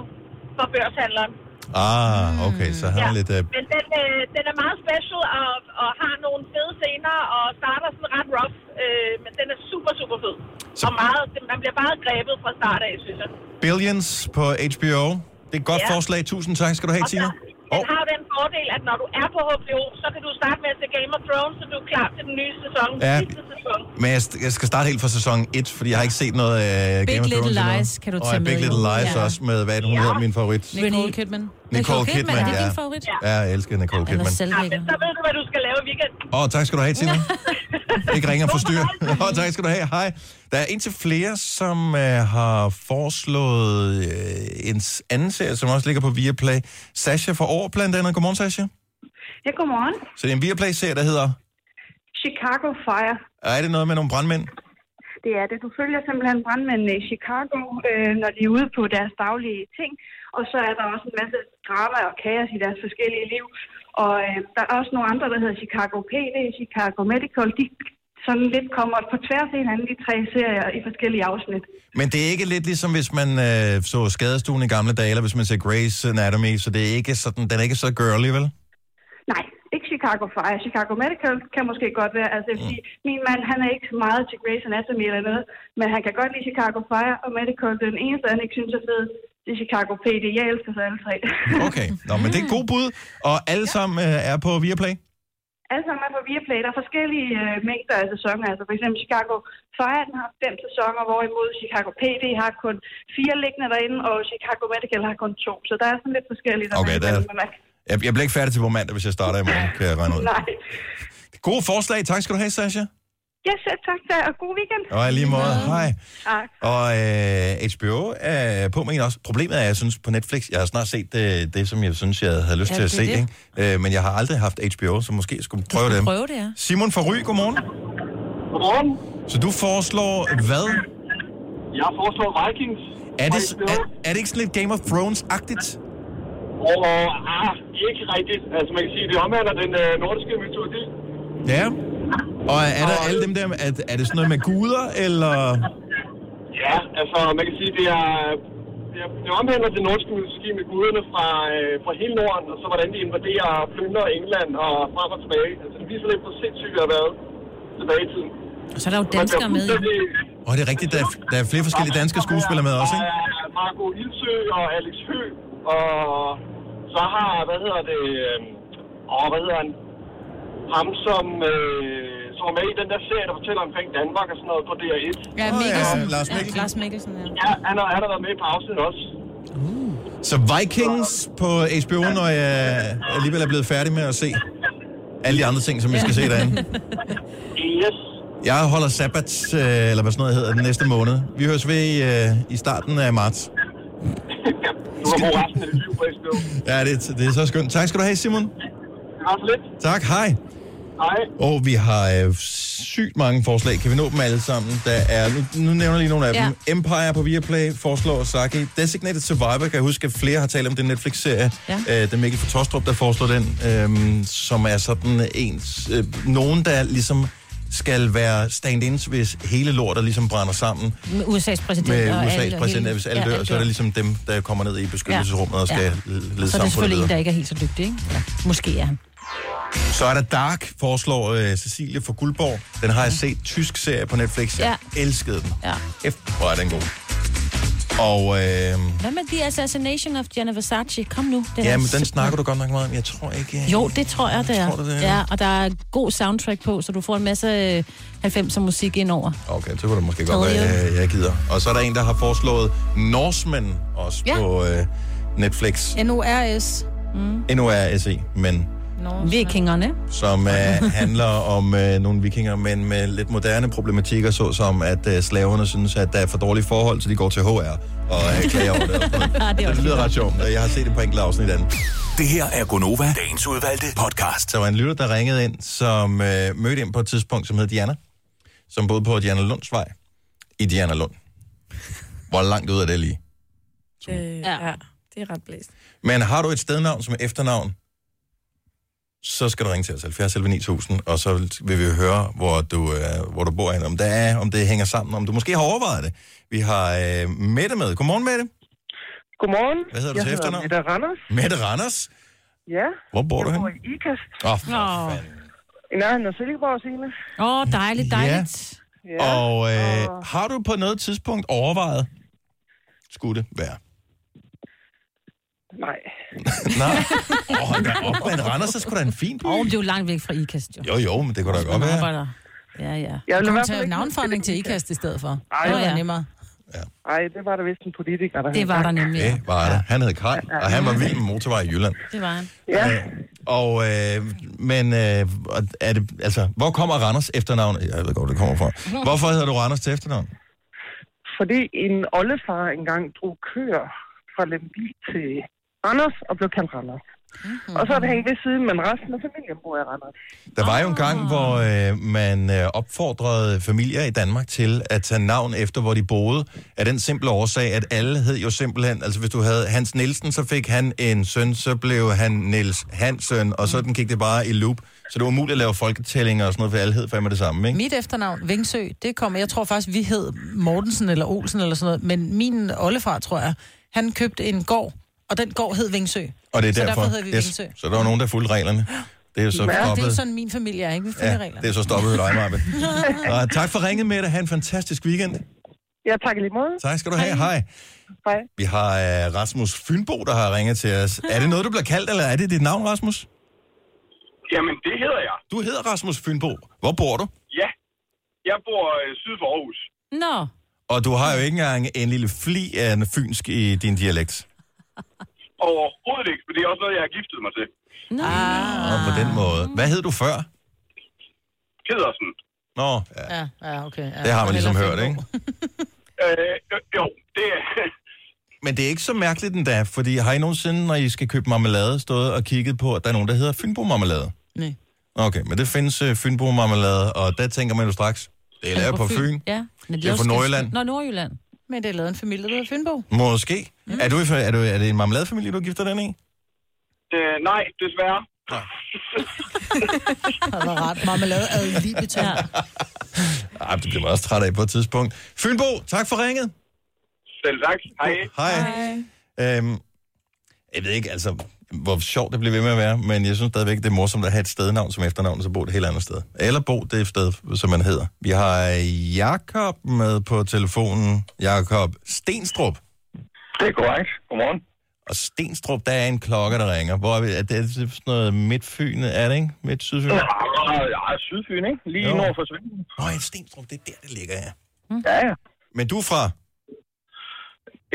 for børshandleren.
Ah, okay, så
Hmm,
har jeg lidt... Øh,
Men den, øh, den er meget special og, og har nogle fede scener og starter sådan ret rough, øh, men den er super, super fed.
Så-
Så... Og meget, man bliver meget grebet fra start af, synes jeg.
Billions på HBO. Det er et godt ja.
Ja.
forslag. Tusind tak skal du have,
Og så,
Tina.
den
Og,
har jo den fordel, at når du er på HBO, så kan du starte med at se Game of Thrones, så du er klar til den nye sæson,
Ja.
ja. sidste sæson.
men jeg, st- jeg skal starte helt fra sæson 1, fordi jeg har ikke set noget af Game of
Little
Thrones. endnu.
Lies kan du
Og
tage
ja,
med,
Big Little
jo.
Lies
Ja.
også med, hvad er det, hun
Ja.
hedder, min favorit.
Nicole Kidman.
Nicole Kidman,
er det
ja.
din favorit? Ja.
Ja, jeg elsker
Han
Nicole
er
Kidman.
Ja, men
selvlækker.
så ved du, hvad du skal lave i weekenden.
Åh, oh, tak skal du have, Tina. Ikke ringe og forstyrre. Åh, oh, tak skal du have. Hej. Der er indtil flere, som øh, har foreslået øh, en s- anden serie, som også ligger på Viaplay. Sasha fra År, blandt andet. Godmorgen, Sasha.
Ja, godmorgen.
Så det er en Viaplay-serie, der hedder...
Chicago Fire.
Er det noget med nogle brandmænd?
Det er det. Du følger simpelthen brandmændene i Chicago, øh, når de er ude på deres daglige ting. Og så er der også en masse drama og kaos i deres forskellige liv. Og øh, der er også nogle andre, der hedder Chicago PD, Chicago Medical. De sådan lidt kommer på tværs af hinanden, de tre serier i forskellige afsnit.
Men det er ikke lidt ligesom, hvis man øh, så skadestuen i gamle dage, eller hvis man ser Grey's Anatomy, så det er ikke sådan, den er ikke så girly, vel?
Nej, Ikke Chicago Fire. Chicago Medical kan måske godt være. Altså, mm. fordi min mand, han er ikke meget til Grey's Anatomy eller noget, men han kan godt lide Chicago Fire, og Medical det er den eneste, han ikke synes er fed. Det er Chicago PD. Jeg elsker så alle tre.
Okay, Nå, men det er et godt bud, og alle sammen øh, er på Viaplay.
alle sammen er på Viaplay. Der er forskellige øh, mængder af sæsoner. Altså for eksempel Chicago Fire, den har fem sæsoner, hvorimod Chicago PD har kun fire liggende derinde, og Chicago Medical har kun to. Så der er sådan lidt forskelligt.
Okay, der er- Jeg, jeg bliver ikke færdig til på mandag, hvis jeg starter i morgen, kan jeg regne ud.
Nej.
Gode forslag. Tak skal du have, Sasha.
Ja, selv tak, der, og god weekend.
Og i lige måde, hej.
Tak.
Og øh, HBO er på med en også. Problemet er, jeg synes på Netflix, jeg har snart set det, det som jeg synes, jeg havde lyst
Ja,
til
det
at se,
er det.
ikke? Øh, men jeg har aldrig haft HBO, så måske skulle prøve
skal
dem.
prøve det, ja.
Simon fra Ry, godmorgen.
Godmorgen.
Så du foreslår hvad?
Jeg foreslår Vikings.
Er det, er, er det ikke sådan lidt Game of Thrones-agtigt?
Og, ah, ikke rigtigt. Altså, man kan sige, det omhandler den øh, nordiske mytologi.
Ja. Og er der alle dem der, er, er det sådan noget med guder, eller...
Ja, altså, man kan sige, det er... Det, er- det omhandler den nordiske mytologi med guderne fra, øh, fra hele Norden, og så hvordan de invaderer og plyndrer England og frem og tilbage. Altså, det viser lidt, hvor sindssygt vi har været tilbage i tiden.
Og så er der jo
Man bliver
danskere med i.
fuldstændig-
Og det er rigtigt, der er, der er flere forskellige danske skuespillere med også, ikke?
Der er øh, Marco Ildsø og Alex Høgh, og så har, hvad hedder det, øhm, og hvad hedder han, ham som, øh, som er med i den der serie, der fortæller omkring Danmark og sådan noget på DR1.
Ja, Mikkelsen.
Lars
Mikkelsen. Ja, Lars Mikkelsen, ja.
Ja, han har, han har været med i pausen også.
Så Vikings på HBO, når jeg alligevel er blevet færdig med at se alle de andre ting, som jeg skal se derinde.
Yes.
Jeg holder sabbat, øh, eller hvad sådan noget hedder, den næste måned. Vi høres ved øh, i starten af marts.
Du har brugt resten af dit liv på HBO.
Ja, det, det er så skønt. Tak skal du have, Simon.
Det var så lidt.
Tak, hej.
Hej.
Og vi har øh, sygt mange forslag. Kan vi nå dem alle sammen? Der er, nu, nu nævner jeg lige nogle af
Ja.
ja. dem. Empire på Viaplay foreslår Saki. Designated Survivor, kan jeg huske, at flere har talt om den Netflix-serie.
Ja.
Øh, det er Mikkel fra Tostrup, der foreslår den, øh, som er sådan ens... Øh, nogen, der ligesom skal være stand-ins, hvis hele lortet ligesom brænder sammen
Med USA's præsident.
med
og alle,
USA's
og
præsident,
hele-
at hvis alle
ja,
dør, så er det ligesom dem, der kommer ned i beskyttelsesrummet og skal lede
Så er det
samfundet
selvfølgelig en,
videre.
der ikke er helt så dygtig, ikke? Ja. Måske er han.
Så er der Dark, foreslår øh, Cecilie fra Guldborg. Den har jeg set tysk serie på Netflix. Jeg ja. elskede den.
Ja.
Efter, hvor er den god. Og øh,
Hvad med The Assassination of Gianna Versace? Kom nu. Den er
ja, men den
simpelthen-
snakker du godt nok meget om. Jeg tror ikke... øh,
Jo, det tror jeg, det er.
Tror du, det er?
Ja, og der er god soundtrack på, så du får en masse 90'er musik indover.
Okay, så kunne det måske godt
Tredje.
være, øh, jeg gider. Og så er der en, der har foreslået Norseman også ja.
Ja.
på øh, Netflix.
NORS. Mm.
N-O-R-S-E, E, men
Vikingerne.
som øh, handler om øh, nogle vikinger, men med lidt moderne problematikker, såsom at øh, slaverne synes, at der er for dårlige forhold, så de går til HR og øh, klager over det. Så det lyder ret sjovt. og Jeg har set det på enkelte afsnit af den.
Det her er Gonova, dagens udvalgte podcast.
Altså, Der var en lytter, der ringede ind, som øh, mødte ind på et tidspunkt, som hed Diana, som boede på Diana Lundsvej i Diana Lund. Hvor langt ud er det lige?
Øh, ja. ja. det er ret blæst.
Men har du et stednavn som er efternavn, så skal du ringe til os 70 11 9000, og så vil vi høre, hvor du, øh, hvor du bor hen, om det er, om det hænger sammen, om du måske har overvejet det. Vi har øh, Mette med. Godmorgen, Mette.
Godmorgen.
Hvad hedder du
jeg
til efternavn?
Hedder Mette Randers.
Mette Randers.
Ja.
Hvor bor du
jeg
hen?
bor i Ikast.
Åh, oh,
Åh,
I nærheden af Silkeborg, Signe.
oh, dejligt, dejligt.
Ja.
Og øh, har du på noget tidspunkt overvejet, skulle det være?
Nej.
Nej. Åh, oh, da op, men Randers er sgu da en fin by.
Og det er jo langt væk fra IKAST, jo.
Jo, jo, men det kunne da godt
Man
være.
arbejder. Ja, ja.
Jeg
Jeg
vil i
vil
hvert fald
tage
ikke
navnforandring til IKAST i stedet for. Ej,
Nå
det var
ja.
nemmere.
Ej, det var der vist en politiker, der
Det var der nemlig. Ja.
Det var det. Han hed Kaj, og han var vild med motorvej i Jylland.
Det var han.
Ja.
Og, øh, men, øh, og er det, altså, hvor kommer Randers efternavn? Jeg ved godt, hvor det kommer fra. Hvorfor hedder du Randers til efternavn?
Fordi en oldefar engang drog køer fra Lemvig til Randers og blev kaldt Randers.
Mhm.
Mm-hmm. Og så er det hængt ved siden, men resten af familien bor i Randers.
Der var jo en
Ah.
gang, hvor øh, man øh, opfordrede familier i Danmark til at tage navn efter, hvor de boede, af den simple årsag, at alle hed jo simpelthen, altså hvis du havde Hans Nielsen, så fik han en søn, så blev han Niels Hansen, og sådan gik det bare i loop. Så det var umuligt at lave folketællinger og sådan noget, for alle hed fandme det samme, ikke?
Mit efternavn, Vingsø, det kommer, jeg tror faktisk, vi hed Mortensen eller Olsen eller sådan noget, men min oldefar, tror jeg, han købte en gård, og den gård hed Vingsø.
Og det er
Så
derfor.
derfor hedder vi Vingsø.
Så der var nogen, der fulgte reglerne. Det er jo så
Men Det er
stoppet.
sådan, min familie er, ikke? Vi følger
Ja,
ja, regler.
det er så stoppet ved dig, Marbe. Og tak for ringet, Mette. Ha' en fantastisk weekend.
Ja, tak i lige måde.
Tak skal du have. Hej.
Hej.
Vi har uh, Rasmus Fynbo, der har ringet til os. Er det noget, du bliver kaldt, eller er det dit navn, Rasmus?
Jamen, det hedder jeg.
Du hedder Rasmus Fynbo. Hvor bor du?
Ja. Jeg bor øh, syd for Aarhus.
Nå.
Og du har jo ikke engang en lille fli af en fynsk i din dialekt.
Overhovedet ikke, for det er også noget, jeg har giftet mig til.
Nå.
Og på den måde. Hvad hed du før?
Pedersen.
Nå,
Ja, ja, okay. Ja.
det har man ligesom hørt, ikke?
Øh, jo, jo, det er...
Men det er ikke så mærkeligt endda, fordi har I nogensinde, når I skal købe marmelade, stået og kigget på, at der er nogen, der hedder Fynbo-marmelade?
Nej.
Okay, men det findes uh, Fynbo-marmelade, og der tænker man jo straks, det er lavet på Fyn.
Ja. Men
Det er fra
jo-
Nordjylland.
Nå, Nordjylland.
Men det er lavet en familie, der hedder Fynbo.
Måske. Mm. Er, du, i- er, du, er det en marmeladefamilie, du gifter den i?
Øh, nej, desværre.
Nej.
Det var ret. Marmelade er livet ja.
Ej, det bliver man også træt af på et tidspunkt. Fynbo, tak for ringet.
Selv tak. Hej.
Hej. Øhm, jeg ved ikke, altså, hvor sjovt det bliver ved med at være, men jeg synes stadigvæk, det er morsomt at have et stednavn som efternavn, så bo det et helt andet sted. Eller bo det sted, som man hedder. Vi har Jakob med på telefonen. Jakob Stenstrup.
Det er korrekt. Godmorgen.
Og Stenstrup, der er en klokke, der ringer. Hvor er, vi, er det sådan noget midtfyn, er det ikke? Midt sydfyn?
Ja, Sydfyn, ikke? Lige
Jo.
jo. nord for Svendborg.
Nå, en Stenstrup, det er der, det ligger, ja.
Ja, ja.
Men du er fra?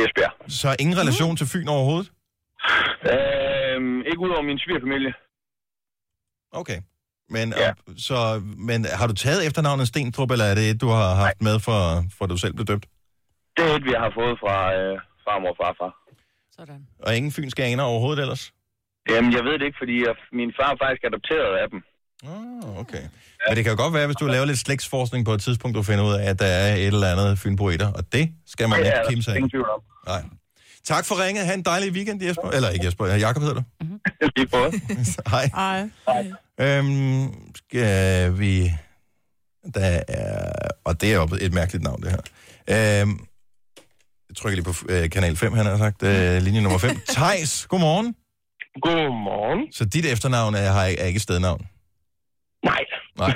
Esbjerg.
Så ingen relation mm. til Fyn overhovedet?
Øhm, ikke udover min svigerfamilie.
Okay. Men, ja. så, men har du taget efternavnet Stentrup, eller er det et, du har haft med, for, for du selv blev døbt?
Det er et, vi har fået fra øh, farmor og farfar.
Og ingen fynske aner overhovedet ellers?
Jamen, jeg ved det ikke, fordi jeg, min far er faktisk adopteret af dem.
Ah, okay. Ja. Men det kan jo godt være, hvis du laver lidt slægtsforskning på et tidspunkt, du finder ud af, at der er et eller andet fynbo i dig, og det skal man
Ja,
ikke
ja,
kimse af.
ingen tvivl om.
Nej. Tak for ringet. Ha' en dejlig weekend, Jesper. Eller ikke Jesper, Jakob hedder du.
Lige på.
Mhm. Hej.
Ej. Ej.
Øhm, skal vi... Der er... Og det er jo et mærkeligt navn, det her. Øhm, jeg trykker lige på øh, kanal 5, han har sagt. Øh, linje nummer 5. Tejs, godmorgen.
Godmorgen.
Så dit efternavn er, har- er ikke stednavn?
Nej.
Nej.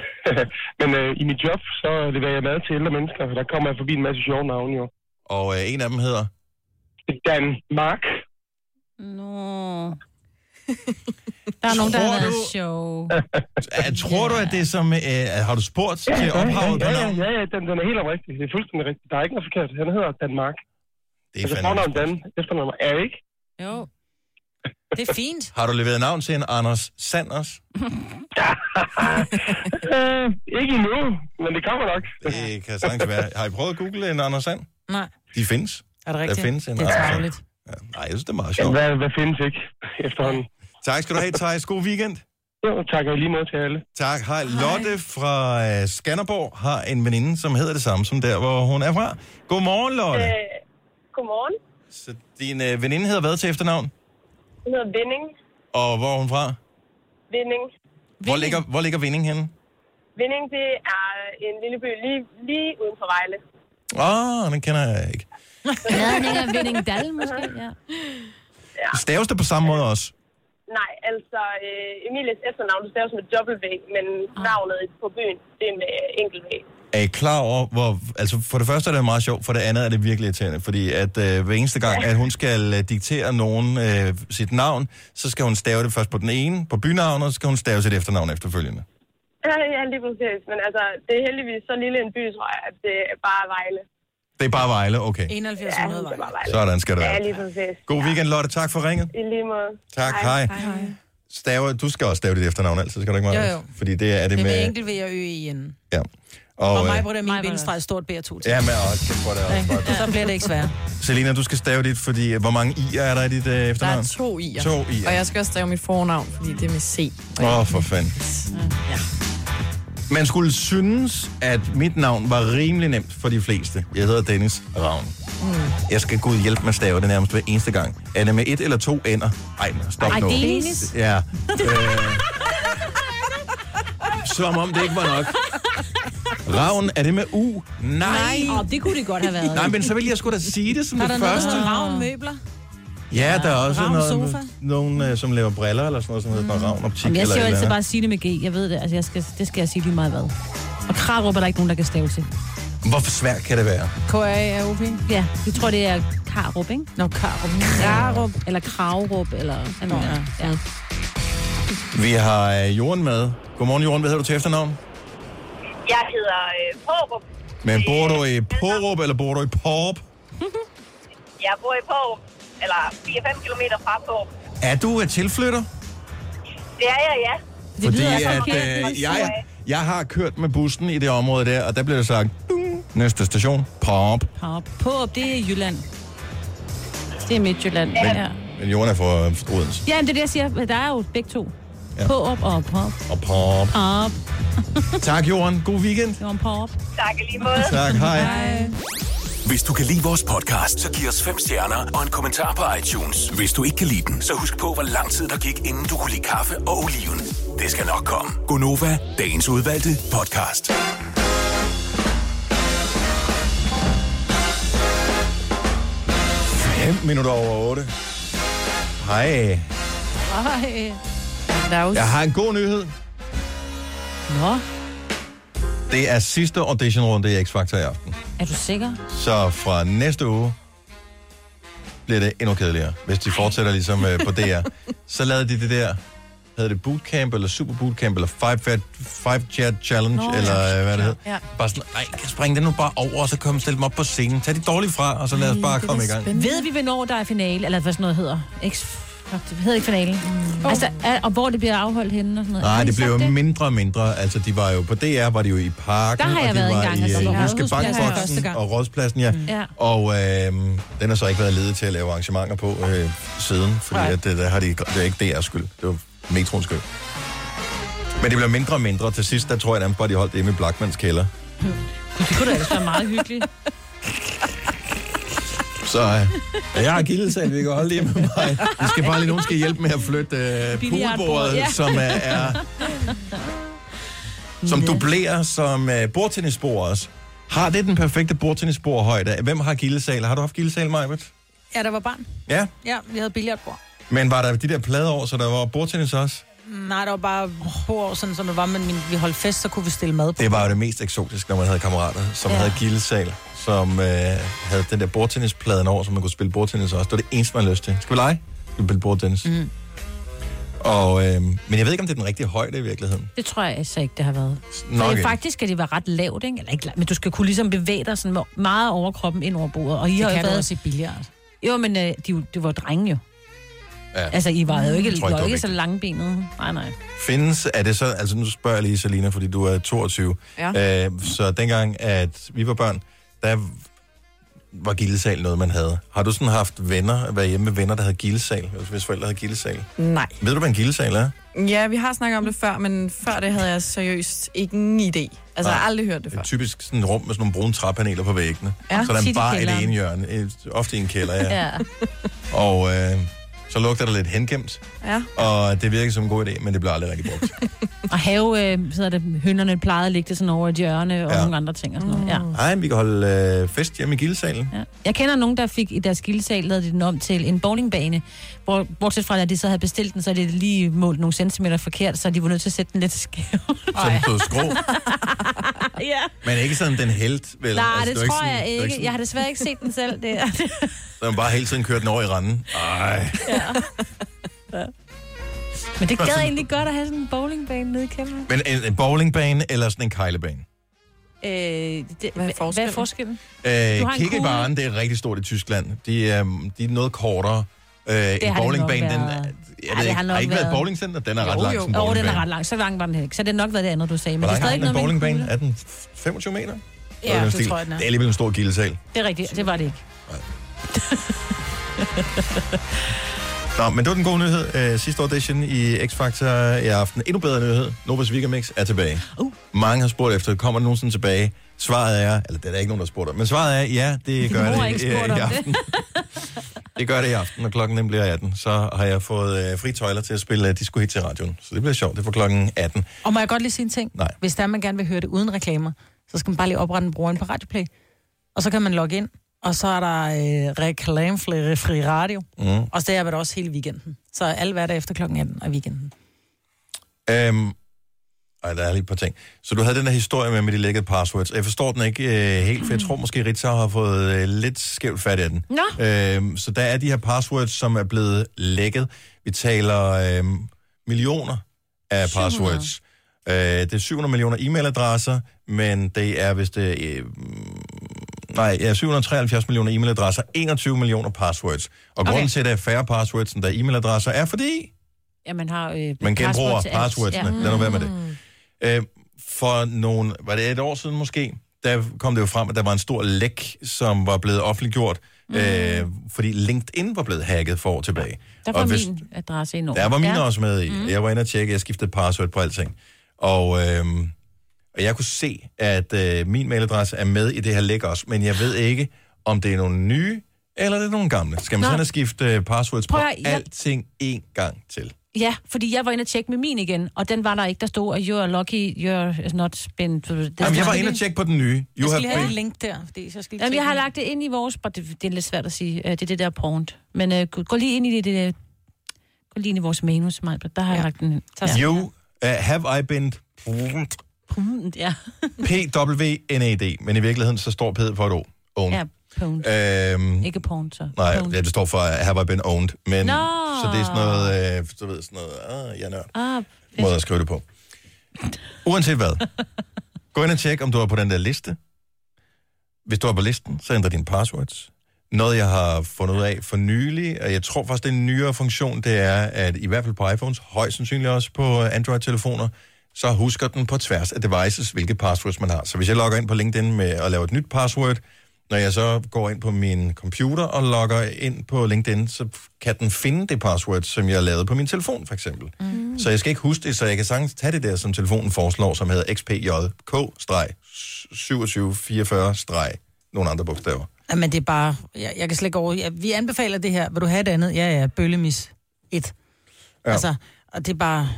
Men øh, i mit job, så leverer jeg mad til ældre mennesker, og der kommer jeg forbi en masse sjove navne jo.
Og øh, en af dem hedder?
Dan Mark.
Nå. Der er nogen, der
Tror
har været
du-
sjov.
Ja, tror du, at det er som... Øh, har du spurgt til
ja,
ophavet på
ja,
navnet?
ja, ja, den, den er helt oprigtig. Det er fuldstændig rigtigt. Der er ikke noget forkert. Han hedder Dan Mark.
Det er
altså,
fandme
fornavn Dan, efternavn er ikke.
Jo. Det er fint.
Har du leveret navn til en Anders Sanders?
Øh, ikke endnu, men det kommer nok.
Det kan sagtens være. Har I prøvet at google en Anders Sand?
Nej.
De findes.
Er det
Der
rigtigt?
findes en
Det er
Anders Sand.
tarveligt.
Ja. Nej, jeg synes, det er meget
Men
sjovt.
hvad, hvad findes ikke efterhånden?
Tak skal du have, Thijs. God weekend.
Jo, tak og i lige måde til alle.
Tak. Hej. Lotte fra øh, Skanderborg har en veninde, som hedder det samme som der, hvor hun er fra. Godmorgen, Lotte. Øh.
Øh, godmorgen.
Så din øh, veninde hedder hvad til efternavn?
Jeg hedder Vinding.
Og hvor er hun fra?
Vinding.
Hvor ligger, hvor ligger Vinding henne?
Vinding, det er en lille by lige, lige uden for Vejle.
Åh, oh, den kender jeg ikke.
Nadning af Vinding Dal, måske, ja.
Ja.
Staves det på samme måde også?
Nej, altså øh, Emilies efternavn, det staves med W, men
Ah.
navnet på byen, det er med enkelt V.
Er I klar over, hvor... Altså, for det første er det meget sjovt, for det andet er det virkelig irriterende, fordi at øh, hver eneste gang, at hun skal øh, diktere nogen øh, sit navn, så skal hun stave det først på den ene, på bynavnet, og så skal hun stave sit efternavn efterfølgende.
Ja, ja, lige præcis. Men altså, det er heldigvis så lille en by, tror jeg, at det er bare Vejle.
Det er bare Vejle, okay.
7100 ja, Vejle.
Sådan skal det
Ja,
være.
lige præcis.
God weekend, Lotte. Tak for ringet.
I lige måde.
Tak, hej.
hej.
Staver, du skal også stave dit efternavn altid, skal du ikke, Maja?
Jo, jo.
Fordi det er det
Det er med
med...
enkelt ved at øge i enden.
Ja.
Og,
Og,
mig
øh,
bruger det min bindestreg stort B2 til.
ja, men også, det får det også godt.
Så bliver det ikke svært.
Selina, du skal stave dit, fordi øh, hvor mange i'er er der i dit øh,
Der er
efternavn?
to i'er.
To i'er.
Og jeg skal også stave mit fornavn, fordi det er med C.
Åh, oh, for fanden. Man skulle synes, at mit navn var rimelig nemt for de fleste. Jeg hedder Dennis Ravn. Jeg skal gud hjælpe med at stave det nærmest hver eneste gang. Er det med et eller to ender? Ej, stop
Ej,
nu.
Dennis.
Ja. Øh, som om det ikke var nok. Ravn, er det med U? Nej.
Nej. Oh, det kunne det godt have været.
Nej, men så vil jeg sgu da sige det som
Har
det
der noget, der
første.
hedder Ravn Møbler?
Ja, der er også
Ravn
noget,
Sofa.
nogen, øh, som laver briller eller sådan noget, som hedder mm. Ravn Optik.
Jamen, jeg
eller
siger jo
et
altid
eller
bare
andet.
Signe med G. Jeg ved det. Altså, jeg skal, det skal jeg sige lige meget hvad. Og Krarup er der ikke nogen, der kan stave til.
Hvor svært kan det være?
K-A-R-U-P? Ja, jeg tror, det er Karup, ikke? Nå, Karup. Krarup, eller Kravrup, eller... Nå, ja. ja.
Vi har øh, Jorden med. Godmorgen, Jorden. Hvad hedder du til efternavn?
Jeg hedder øh, Pårup.
Men bor du i Porup, eller bor du i Porup?
Jeg bor i Pårup, eller 4-5 km fra Pårup.
Er du øh, tilflytter?
Det er jeg, ja.
Fordi at, øh, jeg, jeg har kørt med bussen i det område der, og der blev det sagt, "Ding." næste station, Porup.
Karup. Pårup, det er Jylland. Det er Midtjylland. Ja. ja.
Men Jorden er fra øh, Odense.
Jamen, det er det, jeg siger. Der er jo begge to.
Ja.
Ja. Pårup og Pårup.
Og Porup.
Op.
Tak, Jorden. God weekend.
Ah. Det var en Pårup.
Tak lige måde.
Tak, hej.
Hvis du kan lide vores podcast, så giv os fem stjerner og en kommentar på iTunes. Hvis du ikke kan lide den, så husk på, hvor lang tid der gik, inden du kunne lide kaffe og oliven. Det skal nok komme. Gonova, dagens udvalgte podcast.
Fem minutter over otte. Hej.
Ej.
Jeg har en god nyhed.
Nå,
Det er sidste auditionrunde i X-Factor i aften.
er du sikker?
Så fra næste uge bliver det endnu kedeligere, hvis de fortsætter ligesom øh, på DR. Så lavede de det der, hedder det bootcamp, eller super bootcamp, eller five, fat, five chat challenge,
Nå,
Nå,
ja.
eller øh, hvad det hedder.
Ja.
Ja. Bare sådan, nej, kan springe den nu bare over, og så komme stille dem op på scenen. Tag de dårlige fra, og så lad os bare komme i gang.
Ved vi, hvornår der er finale, eller hvad sådan noget hedder? X det hedder ikke finale. Mm. Altså, er, og hvor det bliver afholdt henne og sådan noget.
Nej,
Har I
det blev
sagt
jo mindre og mindre. Altså, de var jo på DR, var de jo i parken,
Der har jeg
og de
været
var
engang,
i
altså,
øh,
på
Jyske
Rådhuspladsen første
Bankboksen
gang. Mm.
og Rådspladsen, ja.
Ja.
Og øh, den har så ikke været ledet til at lave arrangementer på øh, siden, fordi
Nej.
at, øh, der har de, det er ikke DR's skyld, det var metroens skyld. Men det blev mindre og mindre. Til sidst, der tror jeg nærmest bare, de holdt det hjemme i Blackmans kælder.
Det kunne da ellers være meget hyggeligt.
Så øh, jeg har gildet sig, at vi kan holde det hjemme med mig. Vi skal bare lige, nogen skal hjælpe med at flytte øh, poolbordet, ja. som er, er som dublerer som øh, bordtennisbord også. Har det den perfekte bordtennisbordhøjde? Hvem har gildesal? Har du haft gildesal, Majbert?
Ja, der var barn.
Ja,
Ja, vi havde billiardbord.
men var der de der plader over, så der var bordtennis også?
Nej, der var bare bord, sådan som det var, men min- vi holdt fest, så kunne vi stille mad på.
Det var jo det mest eksotiske, når man havde kammerater, som ja.
Ja.
havde gildesal, som øh, havde den der bordtennispladen over, så man kunne spille bordtennis også. Det var det eneste, man havde lyst til. Skal vi lege? Skal vi spille bordtennis? Mm. Og, øh, men jeg ved ikke, om det er den rigtige højde i virkeligheden.
Det tror jeg altså ikke, det har været.
Nok
Nok
ikke.
faktisk skal det være ret lavt, ikke? Eller ikke lavt, men du skal kunne ligesom bevæge dig sådan med meget over kroppen ind over bordet. Og I
Det
har jo
kan du
været...
også i billiard.
Jo, men øh, de, er jo- det var drenge jo.
Ja.
Altså, I var jo ikke,
Jeg
I
tror
var
det var
ikke så langbenede. Nej, nej.
Findes, er det så, altså nu spørger jeg lige Selina, fordi du er 22.
Ja.
Øh, så dengang, at vi var børn, der var gildesal noget, man havde. Har du sådan haft venner, været hjemme med venner, der havde gildesal, Altså, hvis- hvis forældre havde gildesal?
Nej.
Ved du, hvad en gildesal er?
Ja, vi har snakket om det før, men før det havde jeg seriøst ingen idé. Altså, jeg har aldrig hørt det før.
Et typisk sådan et rum med sådan nogle brune træpaneler på væggene.
Ja,
så der er
tit i
bare et
kælderen.
ene hjørne, et- ofte i en kælder, ja.
ja.
Og øh, så lugter der lidt hengemt,
ja.
og det virker som en god idé, men det bliver aldrig rigtig brugt.
Og have, øh, så er det, hønderne plejede at ligge det sådan over et hjørne og ja. nogle andre ting og sådan noget. Ja.
Nej, vi kan holde øh, fest hjemme i gildesalen.
Ja. Jeg kender nogen, der fik i deres gildesal, lavede de den om til en bowlingbane. Hvor, bortset fra, at de så havde bestilt den, så de lige målt nogle centimeter forkert, så de var nødt til at sætte den lidt skæv.
Så den stod skrå.
ja.
Men ikke sådan den helt, vel?
Nej,
Altså,
det,
var
tror
sådan-
jeg
det var
ikke.
sådan-
Jeg har desværre ikke set den selv. Det er...
Så man bare hele tiden kørt den over i randen. Ej.
Men det gad egentlig godt at have sådan en bowlingbane nede i kæmpen.
Men en, en bowlingbane eller sådan en kejlebane?
Øh, det, hvad, er hvad er forskellen?
Øh,
Du har en
Kikkebaren, det er rigtig stort i Tyskland. De, øh, de er noget kortere. Øh, en
har det
bowlingbane,
nok
den,
været.
jeg
Ja,
ved
det har
ikke, har,
nok
ikke været et
været.
bowlingcenter? Den er ret lang som
Åh, den
bowlingbane.
er ret lang. Så lang var den heller ikke. Så det er nok været det andet, du sagde. Men
Hvor
det er
lang har
stadig ikke
den en
noget med en
bowlingbane?
kugle.
Er den 25 meter? Noget i
Ja,
den
det
stil.
tror jeg, den er.
Det er alligevel en stor gildesal.
Det er rigtigt. Det var det ikke.
Nå, men det var den gode nyhed. Øh, sidste audition i X-Factor i aften. Endnu bedre nyhed. Novas Vigamix er tilbage. Uh. Mange har spurgt efter, kommer det nogensinde tilbage? Svaret er, eller det er der ikke nogen, der har spurgt om, men svaret er, ja, det gør
mor har
det
ikke
i,
spurgt
i
om det.
aften. Det gør det i aften, når klokken den bliver 18. Så har jeg fået øh, fri tøjler til at spille øh, disco hit til radioen. Så det bliver sjovt. Det er fra klokken 18.
Og må jeg godt lige sige en ting?
Nej.
Hvis der man gerne vil høre det uden reklamer, så skal man bare lige oprette en bruger inde på Radioplay. Og så kan man logge ind, og så er der øh, reklamefri radio.
Mm.
Og så er jeg også hele weekenden. Så alle hverdag efter klokken 18 og weekenden.
Øhm, ej, der er lige et par ting. Så du havde den her historie med, med de lækkede passwords. Jeg forstår den ikke øh, helt, for jeg
Mm.
tror måske, Ritzau har fået øh, lidt skævt fat i den.
Nå.
Øhm, så der er de her passwords, som er blevet lækket. Vi taler øhm, millioner af 700. passwords. Øh, det er 700 millioner e-mailadresser, men det er vist... Øh, nej, ja, 773 millioner e-mailadresser, 21 millioner passwords. Og okay. grunden til, at der er færre passwords, end der er e-mailadresser, er fordi...
Ja, man har... Øh,
Man
password
genbruger
til Mm. alt.
passwordsene. Lad nu være med det. Øh, for nogle, var det et år siden måske, der kom det jo frem, at der var en stor læk, som var blevet offentliggjort, mm. øh, fordi LinkedIn var blevet hacket for år tilbage.
Der var min adresse enorm.
Der var mine ja. også med i. Mm. Jeg var inde og tjekke, jeg skiftede password på alting. Og, øh, og jeg kunne se, at øh, min mailadresse er med i det her læk også, men jeg ved ikke, om det er nogle nye, eller det er nogle gamle. Skal man
Nå.
sådan have skifte øh, passwords på
Prøv at høre, jeg-
alting én gang til?
Ja, fordi jeg var inde og tjekke med min igen, og den var der ikke. Der stod, at you're lucky, you're not been...
Jamen, jeg var inde og tjekke på den nye. You have been...
link der, fordi så skal
Jamen, jeg har lagt det ind i vores... og Det, det er lidt svært at sige. øh, Det er det der point. Men øh, gå- gå lige ind i det, det der, gå lige ind i vores manus, Majbert. Der har ja. jeg lagt den ind.
You uh, have I been
Ja.
PWNAD, E men i virkeligheden så står P'et for et O. Owned.
Ja, point. Mm.
Øhm,
Ikke point, så.
nej,
Point.
ja, det står for uh, have I been owned, men
Nå.
så det er sådan noget, øh, så ved jeg sådan noget, ah, jeg er nørd,
Ah,
måde at skrive det på. Uanset hvad, gå ind og tjek, om du er på den der liste. Hvis du er på listen, så ændrer dine passwords. Noget, jeg har fundet ud af for nylig, og jeg tror faktisk, det er en nyere funktion, det er, at i hvert fald på iPhones, højst sandsynligt også på Android-telefoner, så husker den på tværs af devices, hvilke passwords man har. Så hvis jeg logger ind på LinkedIn med at lave et nyt password, når jeg så går ind på min computer og logger ind på LinkedIn, så kan den finde det password, som jeg lavede på min telefon, for eksempel. Mm. Så jeg skal ikke huske det, så jeg kan sagtens tage det der, som telefonen foreslår, som hedder xpjk-2744- nogle andre bogstaver.
Jamen, det er bare... Jeg, jeg kan slet ikke over... Ja, vi anbefaler det her. Vil du have et andet? Ja, ja. Bøllemis 1.
Ja.
Ja. Altså, og det er bare...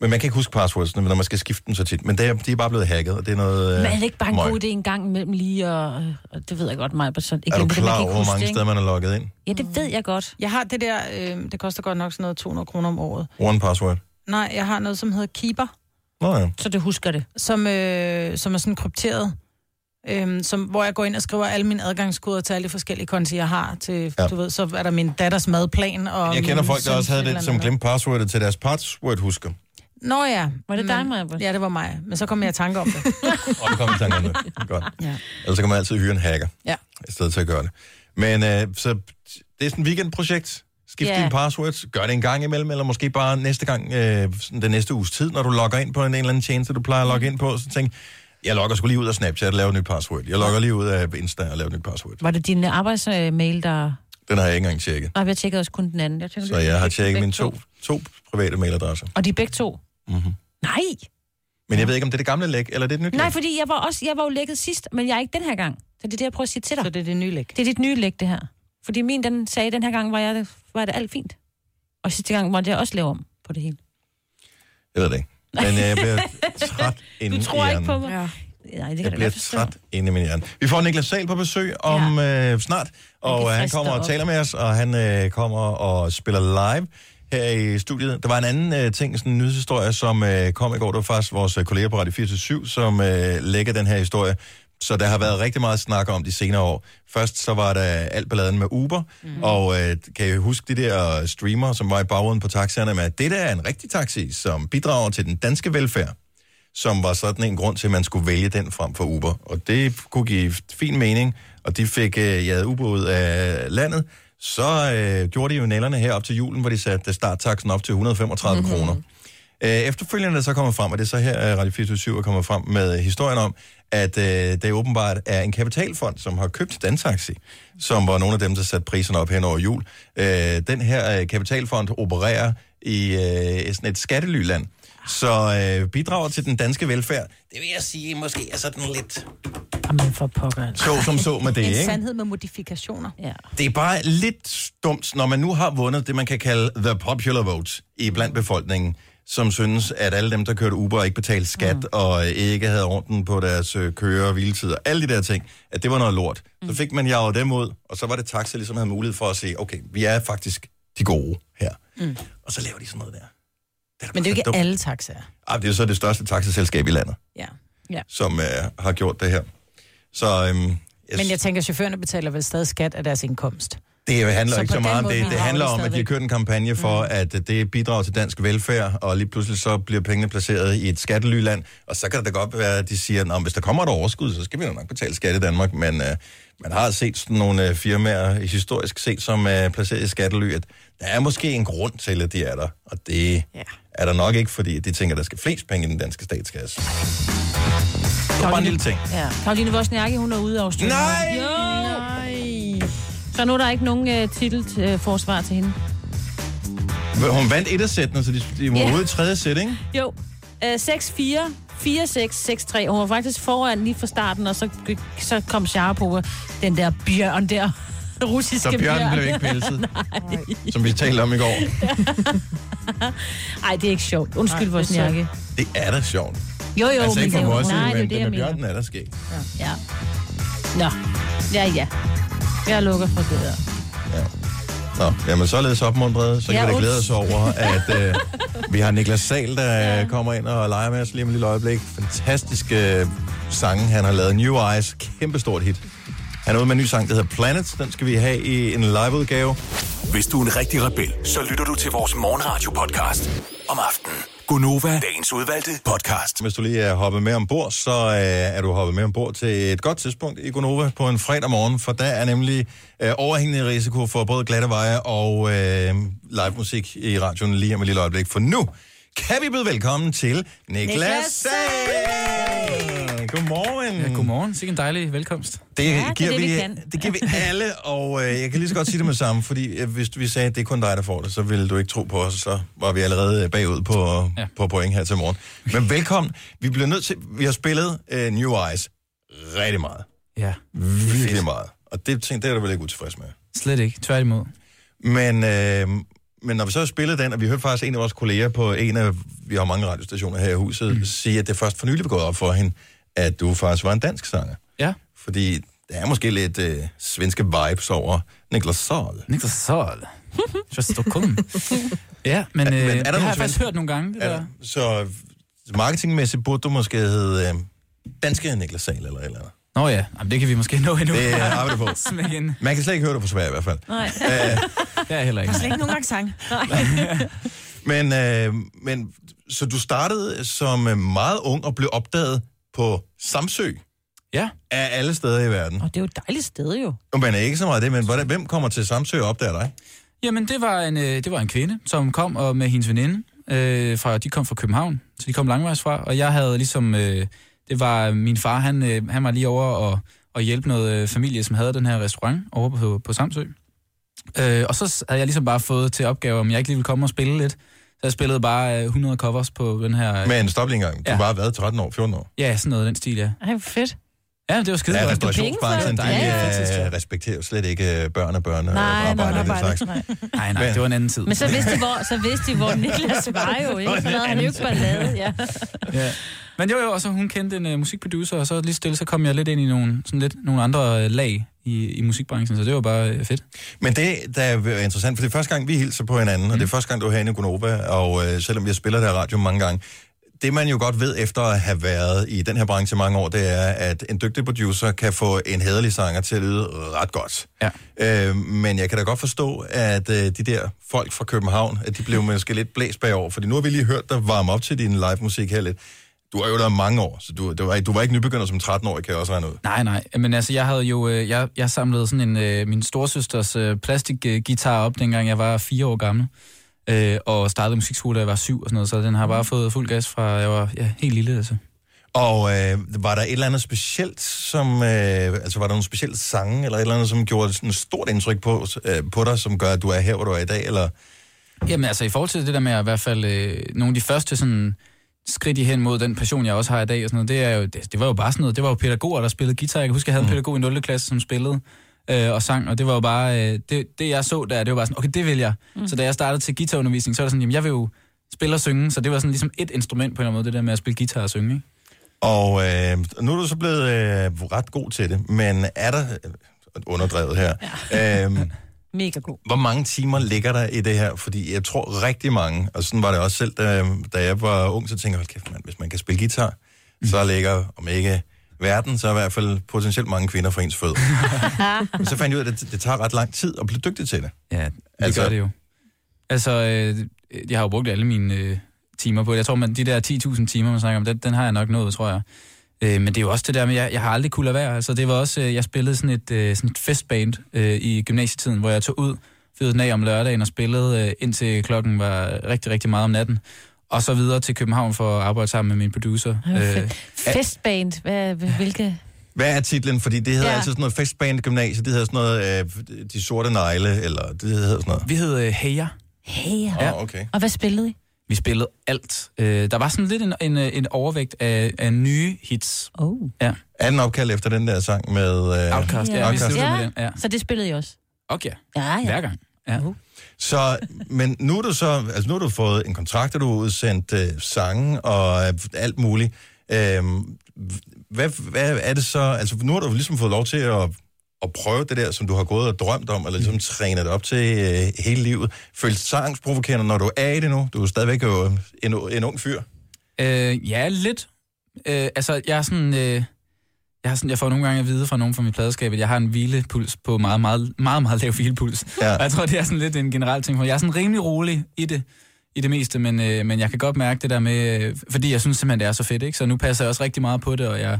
Men man kan ikke huske passwordsene, når man skal skifte dem så tit. Men det er, de er bare blevet hacket, og det er noget... øh,
Men er det ikke bare en
møg.
god idé en gang imellem lige at... og Det ved jeg godt, Majbert. Så igen,
Er du
det, man
klar
kan ikke
over, hvor
huske
mange
det, ikke?
steder man er logget ind?
Ja, det ved jeg godt.
Jeg har det der... Øh, det koster godt nok sådan noget 200 kroner om året.
One password.
Nej, jeg har noget, som hedder Keeper.
Nå ja.
Så du husker det?
Som, øh, som er sådan krypteret. Øhm, som, hvor jeg går ind og skriver alle mine adgangskoder til alle de forskellige konti, jeg har. Til,
Ja.
ja. Du ved, så er der min datters madplan. Og
Jeg kender
min
folk, der
søns
også havde
et eller
det, som
andet.
glemte passwordet til deres password-husker.
Nå ja.
Var det dig, Maja?
Ja, det var mig. Men så kom jeg i tanke om det.
Og det kommer i tanke om det. Godt.
Ja.
Ellers så kan man altid hyre en hacker,
Ja.
i stedet til at gøre det. Men øh, så det er sådan et weekendprojekt. Skift
Ja.
yeah. dine passwords. Gør det en gang imellem, eller måske bare næste gang, øh, sådan den næste uges tid, når du logger ind på en, en eller anden tjeneste, du plejer at logge
Mm.
ind på. Så tænk, jeg logger sgu lige ud af Snapchat og laver et nyt password. Jeg logger lige ud af Insta og laver et nyt password.
Var det din øh, arbejdsmail, der...
Den har jeg ikke engang tjekket.
Nej, jeg tjekkede også kun den anden. Jeg tænkte,
Så
du-
jeg har tjekket
begge
mine to, to private mailadresser.
Og de er begge to?
Mm-hmm.
Nej!
Men jeg ved ikke, om det er det gamle læk, eller det er det nyt
Nej,
læk.
fordi jeg var, også, jeg var jo lækket sidst, men jeg er ikke den her gang. Så det er det, jeg prøver at sige til dig. Så
det er det nye læg?
Det er dit nye læg, det her. Fordi min, den sagde, den her gang var, jeg, var det alt fint. Og sidste gang måtte jeg også lave om på det hele.
Jeg ved det ikke. Men øh, jeg bliver træt inde
Du tror
i
ikke på
hjernen.
mig? Ja. Nej, det kan
Jeg
da
bliver
godt forstå.
træt inde i min hjerne. Vi får Niklas Sal på besøg om ja. øh, snart, og øh, han
frister
kommer og
op.
taler med os, og han øh, kommer og spiller live her i studiet. Der var en anden øh, ting, sådan en nyhedshistorie, som øh, kom i går. Det var faktisk vores øh, kollega på Radio 4 som øh, lægger den her historie. Så der har været rigtig meget snak om de senere år. Først så var der alt balladen med Uber,
Mhm.
mm. og øh, kan I huske de der streamer, som var i baggrunden på taxaerne med, at det der er en rigtig taxi, som bidrager til den danske velfærd som var sådan en grund til, at man skulle vælge den frem for Uber. Og det kunne give fin mening, og de fik øh, jaget Uber ud af landet. Så øh, gjorde de jo nælderne her op til julen, hvor de satte starttaksen op til 135 mm-hmm. kroner. Øh, efterfølgende er det så kommet frem, og det er så her, at Radio 24 er kommet frem med historien om, at øh, det åbenbart er en kapitalfond, som har købt Dantaxi, som var nogle af dem, der satte priserne op hen over jul. Øh, den her øh, kapitalfond opererer i øh, sådan et skattelyland, så øh, bidrager til den danske velfærd. Det vil jeg sige, måske er sådan lidt...
Jamen for pokker. altså.
Så som så med det,
en
ikke?
sandhed med modifikationer.
Ja.
Det er bare lidt dumt, når man nu har vundet det, man kan kalde the popular vote i blandt befolkningen. som synes, at alle dem, der kørte Uber, ikke betalte skat, mm. og ikke havde orden på deres øh, køre- og hviletider, alle de der ting, at det var noget lort. Mm. Så fik man jaget dem ud, og så var det taxa, ligesom havde mulighed for at se, okay, vi er faktisk de gode her.
Mm.
Og så laver de sådan noget der.
Men det er jo ikke
dumt.
alle taxaer.
Ah, det er jo så det største taxaselskab i landet,
Ja. ja.
som øh, har gjort det her. Så øhm, Yes.
Men jeg tænker, at chaufførerne betaler vel stadig skat af deres indkomst.
Det handler
Så
så ikke
på
så
den
meget om
måde
det. Det
bidrager
handler
de
om, at de har
stadigvæk.
kørt en kampagne for, mm. at øh, det bidrager til dansk velfærd, og lige pludselig så bliver pengene placeret i et skattelyland, og så kan det da godt være, at de siger, at hvis der kommer et overskud, så skal vi jo nok betale skat i Danmark, men øh, man har set sådan nogle øh, firmaer historisk set, som er placeret i skattely, at der er måske en grund til, at de er der, og det ja. er der nok ikke, fordi de tænker, at der skal flest penge i den danske statskasse. Det var bare en lille ting.
Ja. Karoline Vosniakke, hun er ude af
Nej!
Jo! Nej! Så nu er der ikke nogen uh, titelforsvar til hende.
Hun vandt et af sættene, så de, de var
Ja.
ude i tredje sæt, ikke?
Jo, øh, 6-4, 4-6, 6-3. Hun var faktisk foran lige fra starten, og så, så kom Sharapova, den der bjørn der. Den russiske
Så bjørnen
bjørn.
blev ikke pelset?
Nej.
Som vi talte om i går.
Ej, det er ikke sjovt.
Nej,
Undskyld
det
vores
er
jakke.
Det er da sjovt.
Jo, jo,
altså,
men
ikke
det er
for
jo-
vores
nej, det er jo
side, men,
det,
men
jeg
med
mener.
bjørnen er der sket.
Ja. Nå. Ja, ja. Jeg lukker for det der.
Nå, jamen således opmuntret, så
Ja,
kan vi da
ups.
glæde os over, at øh, vi har Niklas Sal, der ja. kommer ind og leger med os lige om et lille øjeblik. Fantastiske øh, sange, han har lavet. New Eyes, kæmpestort hit. Han er ude med en ny sang, der hedder Planet. Den skal vi have i en liveudgave.
Hvis du er en rigtig rebel, så lytter du til vores morgenradio-podcast om aftenen. Gunova, dagens udvalgte podcast.
Hvis du lige er hoppet med ombord, så øh, er du hoppet med ombord til et godt tidspunkt i Gonova på en fredag morgen, for der er nemlig øh, overhængende risiko for både glatte veje og øh, live musik i radioen lige om et lille øjeblik. For nu kan vi byde velkommen til Niklas Sahl. Godmorgen.
Ja, godmorgen. Sikke en dejlig velkomst.
Det, giver vi, det giver vi alle, og øh, jeg kan lige så godt sige det med samme, fordi øh, hvis vi sagde, at det er kun dig, der får det, så ville du ikke tro på os, så var vi allerede øh, bagud på, ja. på point her til morgen. Men velkommen. Vi bliver nødt til, vi har spillet øh, New Eyes rigtig meget.
Ja.
Virkelig meget. Og det, ting, det er du vel ikke utilfreds med.
Slet ikke. Tværtimod.
Men, øh, men når vi så har spillet den, og vi hørte faktisk en af vores kolleger på en af, vi har mange radiostationer her i huset, mm. sige, at det først for nylig var gået op for hende, at du faktisk var en dansk sanger.
Ja.
Fordi der er måske lidt øh, svenske vibes over Niklas Sahl.
Niklas Sahl. Fra Stockholm. Ja, men, øh, men er der det har jeg faktisk hørt nogle gange. Det
Er
der.
der- Så marketingmæssigt burde du måske hedde øh, danske Niklas Sahl eller et eller andet.
Nå ja, Jamen, det kan vi måske nå endnu.
Det arbejder vi på.
Smæk ind.
Man kan slet ikke høre det på Sverige i hvert fald.
Nej.
Æh,
Det er
Der
heller ikke.
er slet ikke nogen accent.
Men, øh, men så du startede som øh, meget ung og blev opdaget på Samsø.
Ja.
Af alle steder i verden. Og
det er jo et dejligt sted jo.
Men ikke så meget det, men hvordan, hvem kommer til Samsø og opdager dig?
Jamen, det var en, øh, det var en kvinde, som kom og med hendes veninde. Øh, fra, de kom fra København, så de kom langvejs fra. Og jeg havde ligesom... Øh, det var min far, han, øh, han var lige over og, og hjælpe noget øh, familie, som havde den her restaurant over på, på Samsø. Øh, og så s- havde jeg ligesom bare fået til opgave, om jeg ikke lige ville komme og spille lidt. Så jeg spillede bare øh, 100 covers på den her...
Men stop lige engang. Du
Ja.
var været 13 år, 14 år.
Ja, sådan noget i den stil, ja.
Ej, hvor fedt.
Ja, det var skide
Ja,
godt.
restaurationsbranchen, de
Det var dejligt.
ja. respekterer jo slet ikke øh, børn og børn og
Nej,
arbejder og den
nej,
slags.
nej.
Nej, nej, det var en anden tid.
Men så vidste de, hvor, så vidste de, hvor Niklas var jo, ikke? Så lavede han jo ikke ballade, ja.
ja. Men jo, jo, og så hun kendte en uh, musikproducer, og så lige stille, så kom jeg lidt ind i nogle, sådan lidt, nogle andre uh, lag i, i musikbranchen, så det var bare uh, fedt.
Men det, der er interessant, for det er første gang, vi hilser på hinanden, mm. og det er første gang, du er herinde i Gonova, og øh, selvom jeg spiller der radio mange gange, det man jo godt ved efter at have været i den her branche i mange år, det er, at en dygtig producer kan få en hederlig sanger til at lyde ret godt.
Ja.
Øh, men jeg kan da godt forstå, at øh, de der folk fra København, at de blev måske lidt blæst bagover, fordi nu har vi lige hørt dig varme op til din live musik her lidt. Du har jo der mange år, så du, du, var, du var ikke nybegynder som 13-årig, kan jeg også regne ud.
Nej, nej, men altså, jeg havde jo, øh, jeg, jeg samlede sådan en, øh, min storsøsters øh, plastikgitar op, dengang jeg var fire år gammel, øh, og startede i musikskole, da jeg var syv og sådan noget, så den har bare fået fuld gas fra, jeg var ja, helt lille, altså.
Og øh, var der et eller andet specielt, som, øh, altså var der nogle specielle sange, eller et eller andet, som gjorde sådan et stort indtryk på, øh, på dig, som gør, at du er her, hvor du er i dag, eller...
Jamen altså, i forhold til det der med at i hvert fald øh, nogle af de første sådan, skridt i hen mod den passion, jeg også har i dag, og sådan noget, det, er jo, det, det var jo bare sådan noget. Det var jo pædagoger, der spillede guitar. Jeg kan huske, jeg havde en pædagog i 0. klasse, som spillede øh, og sang, og det var jo bare, øh, det, det jeg så der, det var bare sådan, okay, det vil jeg. Mm. Så da jeg startede til guitarundervisning, så var det sådan, jamen jeg vil jo spille og synge, så det var sådan ligesom et instrument på en eller anden måde, det der med at spille guitar og synge, ikke?
Og øh, nu er du så blevet øh, ret god til det, men er der... øh, Underdrevet her. Ja. Øhm,
Mega god.
Hvor mange timer ligger der i det her? Fordi jeg tror rigtig mange, og sådan var det også selv, da, da jeg var ung, så tænkte jeg, hold kæft mand, hvis man kan spille guitar,
Mm.
så ligger, om ikke verden, så i hvert fald potentielt mange kvinder for ens fødder. Men så fandt jeg ud af, at det, det tager ret lang tid at blive dygtig til det.
Ja, det altså, gør det jo. Altså, øh, jeg har jo brugt alle mine øh, timer på det. Jeg tror, man, de der 10.000 timer, man snakker om, den, den har jeg nok nået, tror jeg. Øh, men det er jo også det der med, jeg, jeg har aldrig kunne lade være. Altså, det var også, øh, jeg spillede sådan et, øh, sådan et festband øh, i gymnasietiden, hvor jeg tog ud, fyrede den af om lørdagen og spillede øh, indtil klokken var rigtig, rigtig meget om natten. Og så videre til København for at arbejde sammen med min producer. Øh,
Festband, hvad, hvilke...
Hvad er titlen? Fordi det hedder ja.
Ja.
altid sådan noget festband gymnasiet, det hedder sådan noget øh, De Sorte Negle, eller det hedder sådan noget.
Vi hedder øh, Heja.
Hey,
Ja.
Oh, okay.
og hvad spillede I?
Vi spillede alt. Øh, der var sådan lidt en, en, øh, en overvægt af, af nye hits.
Oh.
Ja.
Er den opkald efter den der sang med... Øh,
Outcast, ja. Vi
Outcast.
sluttede med den. Ja.
Så det spillede I også?
Okay.
Ja, ja. Uh-huh.
Hver gang. Ja.
Så, men nu er du så, altså nu har du fået en kontrakt, og du har udsendt øh, sange og øh, alt muligt. Øhm, hvad, hvad er det så, altså nu har du ligesom fået lov til at, at prøve det der, som du har gået og drømt om, eller
Mm.
ligesom trænet op til øh, hele livet. Føles sangsprovokerende, når du er i det nu? Du er stadigvæk jo en, en ung fyr.
Øh, ja, lidt. Øh, altså, jeg er sådan... Øh, jeg, har sådan, jeg får nogle gange at vide fra nogen fra mit pladeskab, at jeg har en hvilepuls på meget, meget, meget, meget lav hvilepuls.
Ja.
Og jeg tror, det er sådan lidt en generel ting. For jeg er sådan rimelig rolig i det, i det meste, men, øh, men jeg kan godt mærke det der med... Øh, fordi jeg synes simpelthen, det er så fedt, ikke? Så nu passer jeg også rigtig meget på det, og jeg,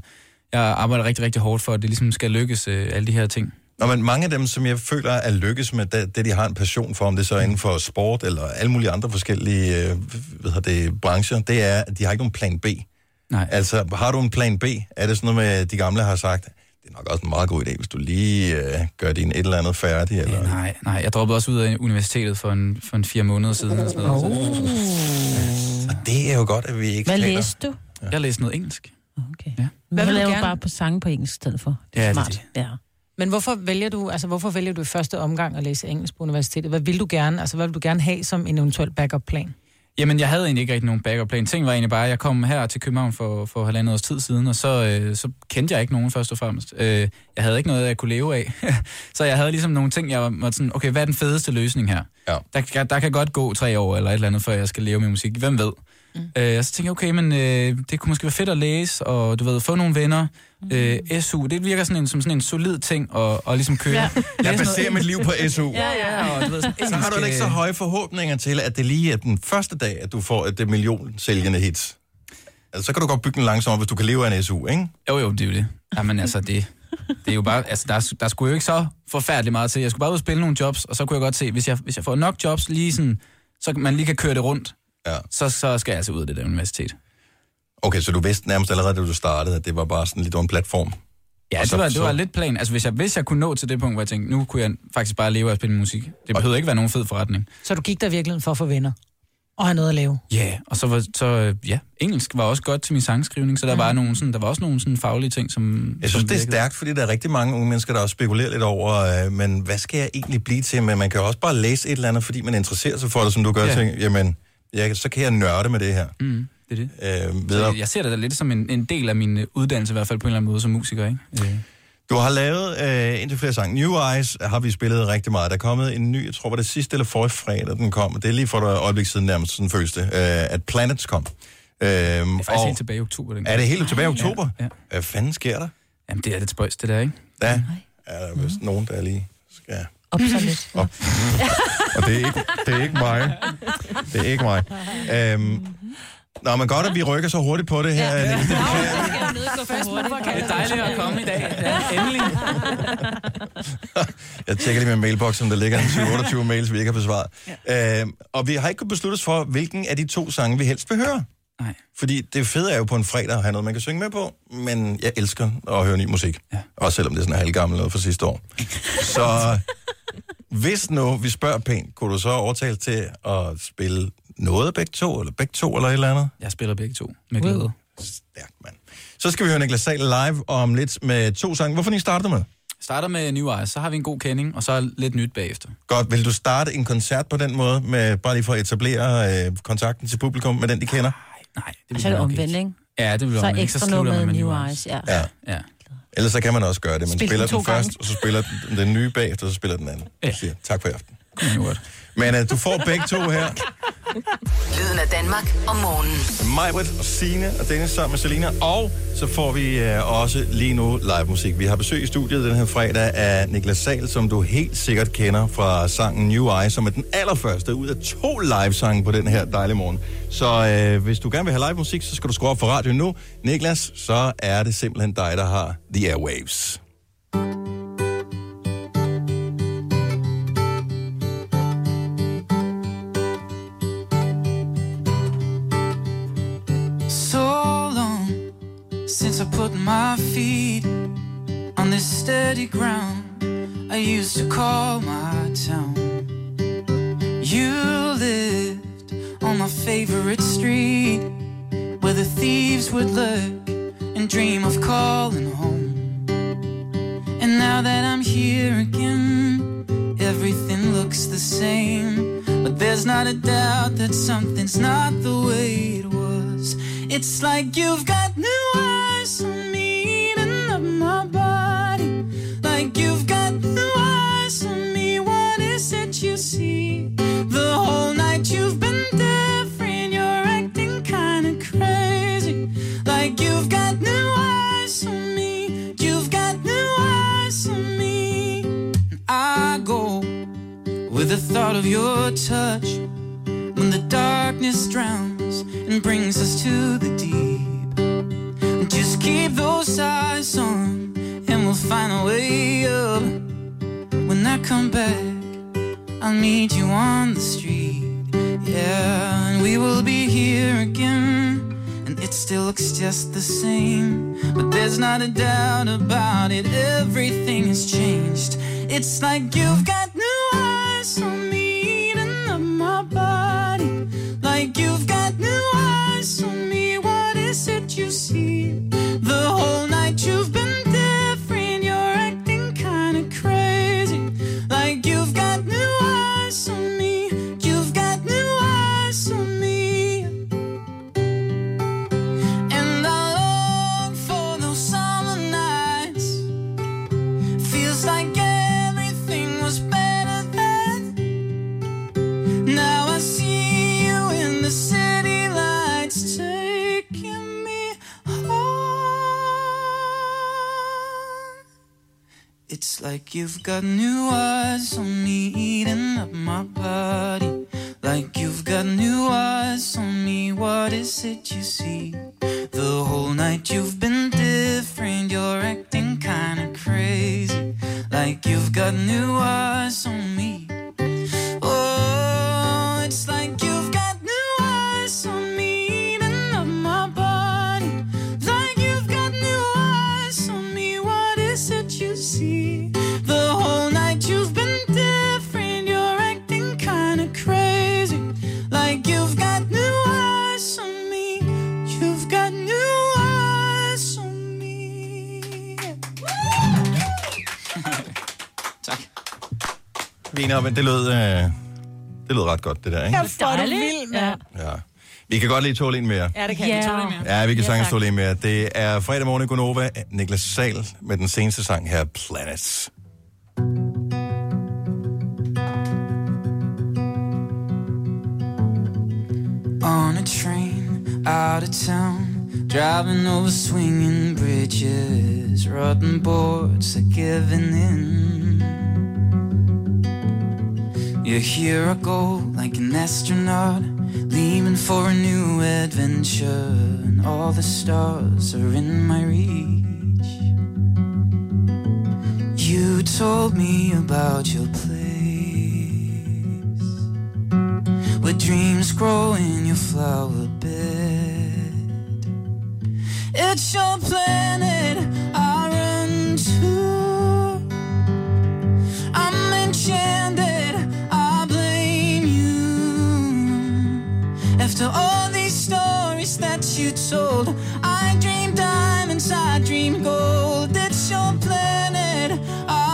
jeg arbejder rigtig, rigtig hårdt for, at det ligesom skal lykkes, øh, alle de her ting.
Nå, men mange af dem, som jeg føler er lykkes med det, det, de har en passion for, om det så er
Mm.
inden for sport eller alle mulige andre forskellige øh, hvad hedder det, brancher, det er, at de har ikke nogen plan B.
Nej.
Altså, har du en plan B? Er det sådan noget med, at de gamle har sagt, det er nok også en meget god idé, hvis du lige øh, gør din et eller andet færdig? Eller...
Nej, nej, jeg droppede også ud af universitetet for en, for en fire måneder siden. Og sådan noget.
Og det er jo godt, at vi ikke
Oh. Hvad
taler-
læste du?
Jeg læste noget engelsk.
Hvad vil
vil du
du laver
gerne?
bare på sange på engelsk i stedet for.
Ja, det er
smart.
det.
Ja.
Men hvorfor vælger du, altså hvorfor vælger du i første omgang at læse engelsk på universitetet? Hvad vil du gerne, altså hvad vil du gerne have som en eventuel backup plan?
Jamen, jeg havde egentlig ikke rigtig nogen backup plan. Ting var egentlig bare, at jeg kom her til København for, for halvandet års tid siden, og så, øh, så kendte jeg ikke nogen først og fremmest. Øh, jeg havde ikke noget, jeg kunne leve af. så jeg havde ligesom nogle ting, jeg var sådan, okay, hvad er den fedeste løsning her?
Ja.
Der, der, der kan godt gå tre år eller et eller andet, før jeg skal leve med musik. Hvem ved? Mm. Øh, og så tænkte jeg, okay, men øh, det kunne måske være fedt at læse, og du ved, få nogle venner. Øh, SU, det virker sådan en, som sådan en solid ting at, at ligesom køre.
Ja.
Ja.
Jeg baserer mit liv på SU.
Ja, ja, og du ved, sådan,
Så har du da ikke så
engelsk, øh,
høje forhåbninger til, at det lige er den første dag, at du får et øh, million sælgende hits. Altså, så kan du godt bygge den langsommere, hvis du kan leve af en SU, ikke?
Jo, jo, det er jo det. Jamen altså, det, det er jo bare, altså, der, der skulle jo ikke så forfærdeligt meget til. Jeg skulle bare ud og spille nogle jobs, og så kunne jeg godt se, hvis jeg, hvis jeg får nok jobs lige sådan, så man lige kan køre det rundt,
ja.
så, så skal jeg altså ud af det der universitet.
Okay, så du vidste nærmest allerede, da du startede, at det var bare sådan lidt en platform.
Ja,
Og
det,
så-
var, det
så-
var lidt plan. Altså, hvis jeg, hvis jeg kunne nå til det punkt, hvor jeg tænkte, nu kunne jeg faktisk bare leve af at spille musik. Det behøvede ikke være nogen fed forretning.
Så du gik der virkelig for at få venner og have noget at lave.
Ja, yeah. og så var så, øh, ja, engelsk var også godt til min sangskrivning, så der, var, nogle, sådan, der var også nogle sådan, faglige ting, som...
Jeg synes, det er stærkt, fordi der er rigtig mange unge mennesker, der også spekulerer lidt over, øh, men hvad skal jeg egentlig blive til? Men man kan jo også bare læse et eller andet, fordi man interesserer sig for det, som du gør. Ja.
Ja.
Tænker, jamen, jeg, så kan jeg nørde med det her.
Mm, det er det.
Øh, ved
Så
at-
jeg ser det da lidt som en, en del af min øh, uddannelse, i hvert fald på en eller anden måde som musiker, ikke? Øh.
Du har lavet øh, indtil flere sange. New Eyes har vi spillet rigtig meget. Der er kommet en ny, jeg tror, var det sidste eller forrige fredag, den kom. Det er lige for et øjeblik siden nærmest, sådan føles det, øh, at Planets kom. Øh, det er
faktisk helt tilbage i oktober. Den
Er det helt
gang.
tilbage i
Ej, ja,
oktober?
ja.
Hvad fanden sker der?
Jamen, det er lidt spøjs, det der, ikke?
Ja, er der vist nogen, der lige skal...
Op så lidt.
Op. Og det er ikke, det er ikke mig. Det er ikke mig. Øhm, Nå, men godt, at vi rykker så hurtigt på det her. Ja.
Det er dejligt at komme i dag. Ja, endelig.
Jeg tjekker lige min mailbox, om der ligger en 28 mails, vi ikke har besvaret. Ja. Øhm, og vi har ikke kunnet beslutte os for, hvilken af de to sange, vi helst vil høre.
Nej.
Fordi det fede er jo på en fredag at have noget, man kan synge med på, men jeg elsker at høre ny musik. Ja. Også selvom det er sådan halvgammel noget fra sidste år. Så hvis nu vi spørger pænt, kunne du så overtale til at spille noget af begge to, eller begge to, eller et eller andet?
Jeg spiller begge to med glæde.
Stærkt, mand. Så skal vi høre Niklas Sahl live om lidt med to sange. Hvorfor ni startede med?
starter med New Eyes, så har vi en god kending, og så lidt nyt bagefter.
Godt, vil du starte en koncert på den måde, med, bare lige for at etablere øh, kontakten til publikum med den, de kender?
Det så Altså, er det omvendt, ikke?
Ja, det vil
Så
omvendt, ikke?
ekstra
Så slutter
noget med
man med
New
New
Eyes. Ja.
Ja.
ja.
Ellers så kan man også gøre det. Man
Spil
Spil
den
spiller
to
den først,
gange.
og så spiller den, den nye bagefter, og så spiller den anden. Ja. Siger, tak for i aften. Men øh, du får begge to her.
Lyden af Danmark om morgenen.
Majbrit og Sine og Dennis sammen med Selina. Og så får vi øh, også lige nu live musik. Vi har besøg i studiet den her fredag af Niklas Sal, som du helt sikkert kender fra sangen New Eye, som er den allerførste ud af to live-sange på den her dejlige morgen. Så øh, hvis du gerne vil have live musik, så skal du skrue op for radioen nu. Niklas, så er det simpelthen dig, der har The Airwaves.
So long since I put my feet on this steady ground I used to call my town. You lived on my favorite street where the thieves would lurk and dream of calling home. And now that I'm here again, everything looks the same. But there's not a doubt that something's not the way it was. It's like you've got new eyes on me, eating up my body. Like you've got new eyes on me, what is it you see? The whole night you've been different, you're acting kinda crazy. Like you've got new eyes on me, you've got new eyes on me. And I go with the thought of your touch when the darkness drowns and brings us to the deep. Just keep those eyes on, and we'll find a way up. When I come back, I'll meet you on the street. Yeah, and we will be here again. And it still looks just the same. But there's not a doubt about it, everything has changed. It's like you've got new eyes on me, eating up my body. Like you've got new eyes on me, what is it you see? The whole night you've been different, you're acting kinda crazy. Like you've got new eyes on me, you've got new eyes on me. And I long for those summer nights. Feels like everything was better then. Now I see you in the city lights taking me home. It's like you've got new eyes on me, eating up my body. Like you've got new eyes on me, what is it you see? The whole night you've been different, you're acting kinda crazy. Like you've got new eyes on me. Oh, it's like you've got new eyes on me, eating up my body. Like you've got new eyes on me, what is it you see? The whole night you've been different, you're acting kinda crazy. Like you've got new eyes on me, you've got new eyes on me.
Lina, men det lød, øh, det lød ret godt, det der, ikke?
Jeg får det vild, mand.
Ja. Vi kan godt lige tåle en mere.
Ja, det kan jeg. Yeah.
Ja, vi kan sagtens stå lige med. Det er fredag morgen i Gunova. Niklas Sal med den seneste sang her, Planets.
on a train out of town, driving over swinging bridges, rotten boards are giving in. Yeah, here I go like an astronaut, leaving for a new adventure, and all the stars are in my reach. You told me about your place where dreams grow in your flower bed. It's your planet I run to. I'm enchanted, I blame you. After all these stories that you told, I dream diamonds, I dream gold. It's your planet I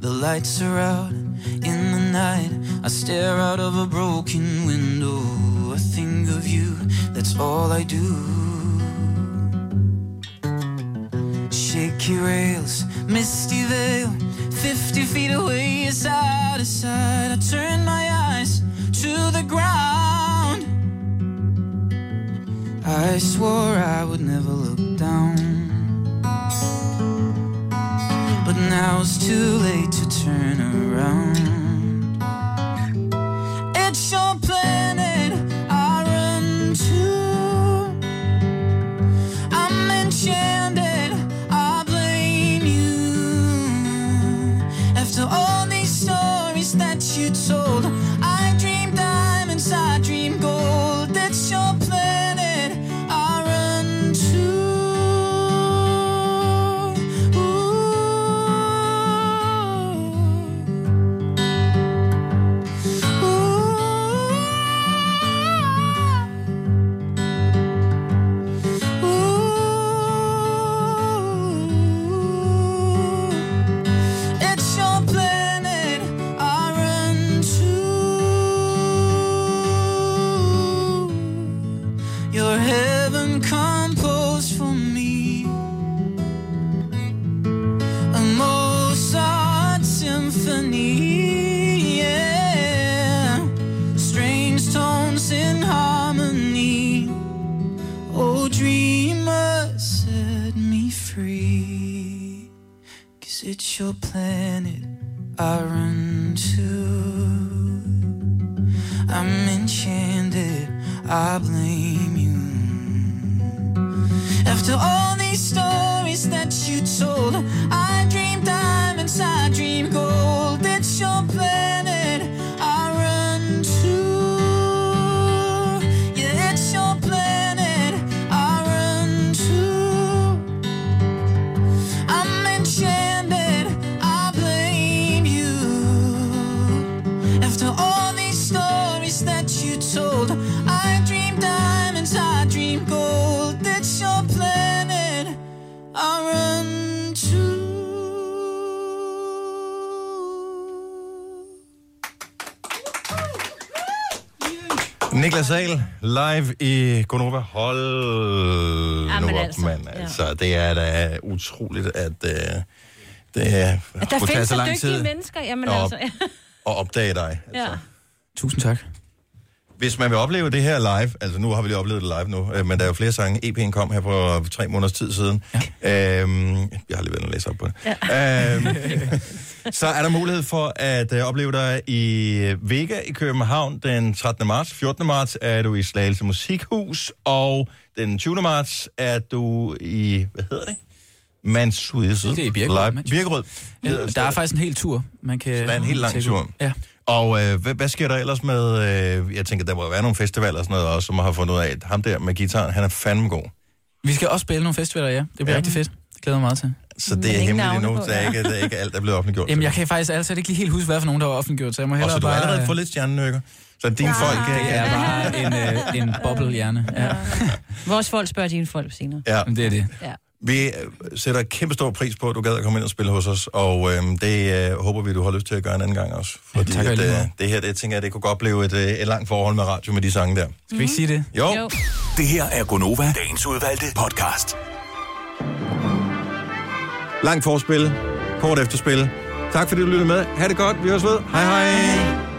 lights are out in the night. I stare out of a broken window. I think of you, that's all I do.
Shaky rails.
Misty veil, 50 feet away, side to side. I turn my eyes to the ground.
I swore I would never look down. But now it's too late to turn around.
It's your planet I run to. I'm enchanted, I blame you. After all these stories that you told, I dream diamonds, I dream gold. It's your planet I run to. Ooh, ooh, ooh. It's your planet I run to. Your heaven composed for me. A Mozart symphony. Yeah. Strange tones in harmony. Oh, dreamer, set me free.
Cause it's your planet I run to. I'm enchanted, I blame you.
After all these stories that you told, I dream diamonds, I dream gold. It's your planet I run to. Yeah, it's your planet I run to. I'm enchanted, I blame you. After all these stories that you told, I dream diamonds, I dream gold. It's your planet I run to.
Niklas Sal live i Gonova. Hold
Ja,
nu
men altså,
op, altså, mand.
ja.
Altså, det er da utroligt, at øh, det er,
At der findes så, dygtige mennesker. Jamen
at,
altså, ja.
at opdage dig.
altså.
ja.
Tusind tak. Hvis man vil opleve det her live, altså nu har vi lige oplevet det live nu, øh, men der er jo flere sange. EP'en kom her for tre måneders tid siden. Ja. Øhm, jeg har lige været inde og læse op på det. Ja. Øhm, så er der mulighed for at øh, opleve dig i øh, Vega i København den 13. marts. 14. marts er du i Slagelse Musikhus, og den 20. marts er du i, hvad hedder det? Mansuisse.
Det er i Birkerød,
Live-
Mansuisse.
Birkerød.
Ja, der er faktisk en hel tur. Man kan
Så der er en helt lang
tjekke ud.
tur.
Ja.
Og øh, hvad, hvad sker der ellers med... Øh, jeg tænker, der må jo være nogle festivaler og sådan noget også, som har fundet ud af, at ham der med gitaren, han er fandme god.
Vi skal også spille nogle festivaler, ja. Det bliver
Ja.
ja. rigtig fedt. Det glæder jeg mig meget til.
Så det er hemmeligt endnu, så er ikke, der er ikke alt, der er blevet offentliggjort.
Jamen, jeg kan faktisk altså ikke lige helt huske, hvad for nogen, der var offentliggjort, så jeg må
Og
hellere
så du har
bare...
allerede fået lidt stjernenykker. Så dine
Ja.
folk... øh,
Det er bare en, øh, en boblehjerne. Ja.
Vores folk spørger dine folk senere.
Ja. Det
er det.
Ja.
Vi øh, sætter kæmpe stor pris på, at du gad at komme ind og spille hos os, og øh, det øh, håber vi, du har lyst til at gøre en anden gang også. Fordi
tak, og i
at,
lige
øh,
måde.
det her, det tænker jeg, det kunne godt blive et, øh, et langt forhold med radio med de sange der.
Skal vi ikke sige det?
Jo.
Jo.
Det her
Er Gonova dagens udvalgte podcast.
Langt forspil, kort efterspil. Tak fordi du lyttede med. Ha' det godt. Vi høres ved. Hej hej. hej.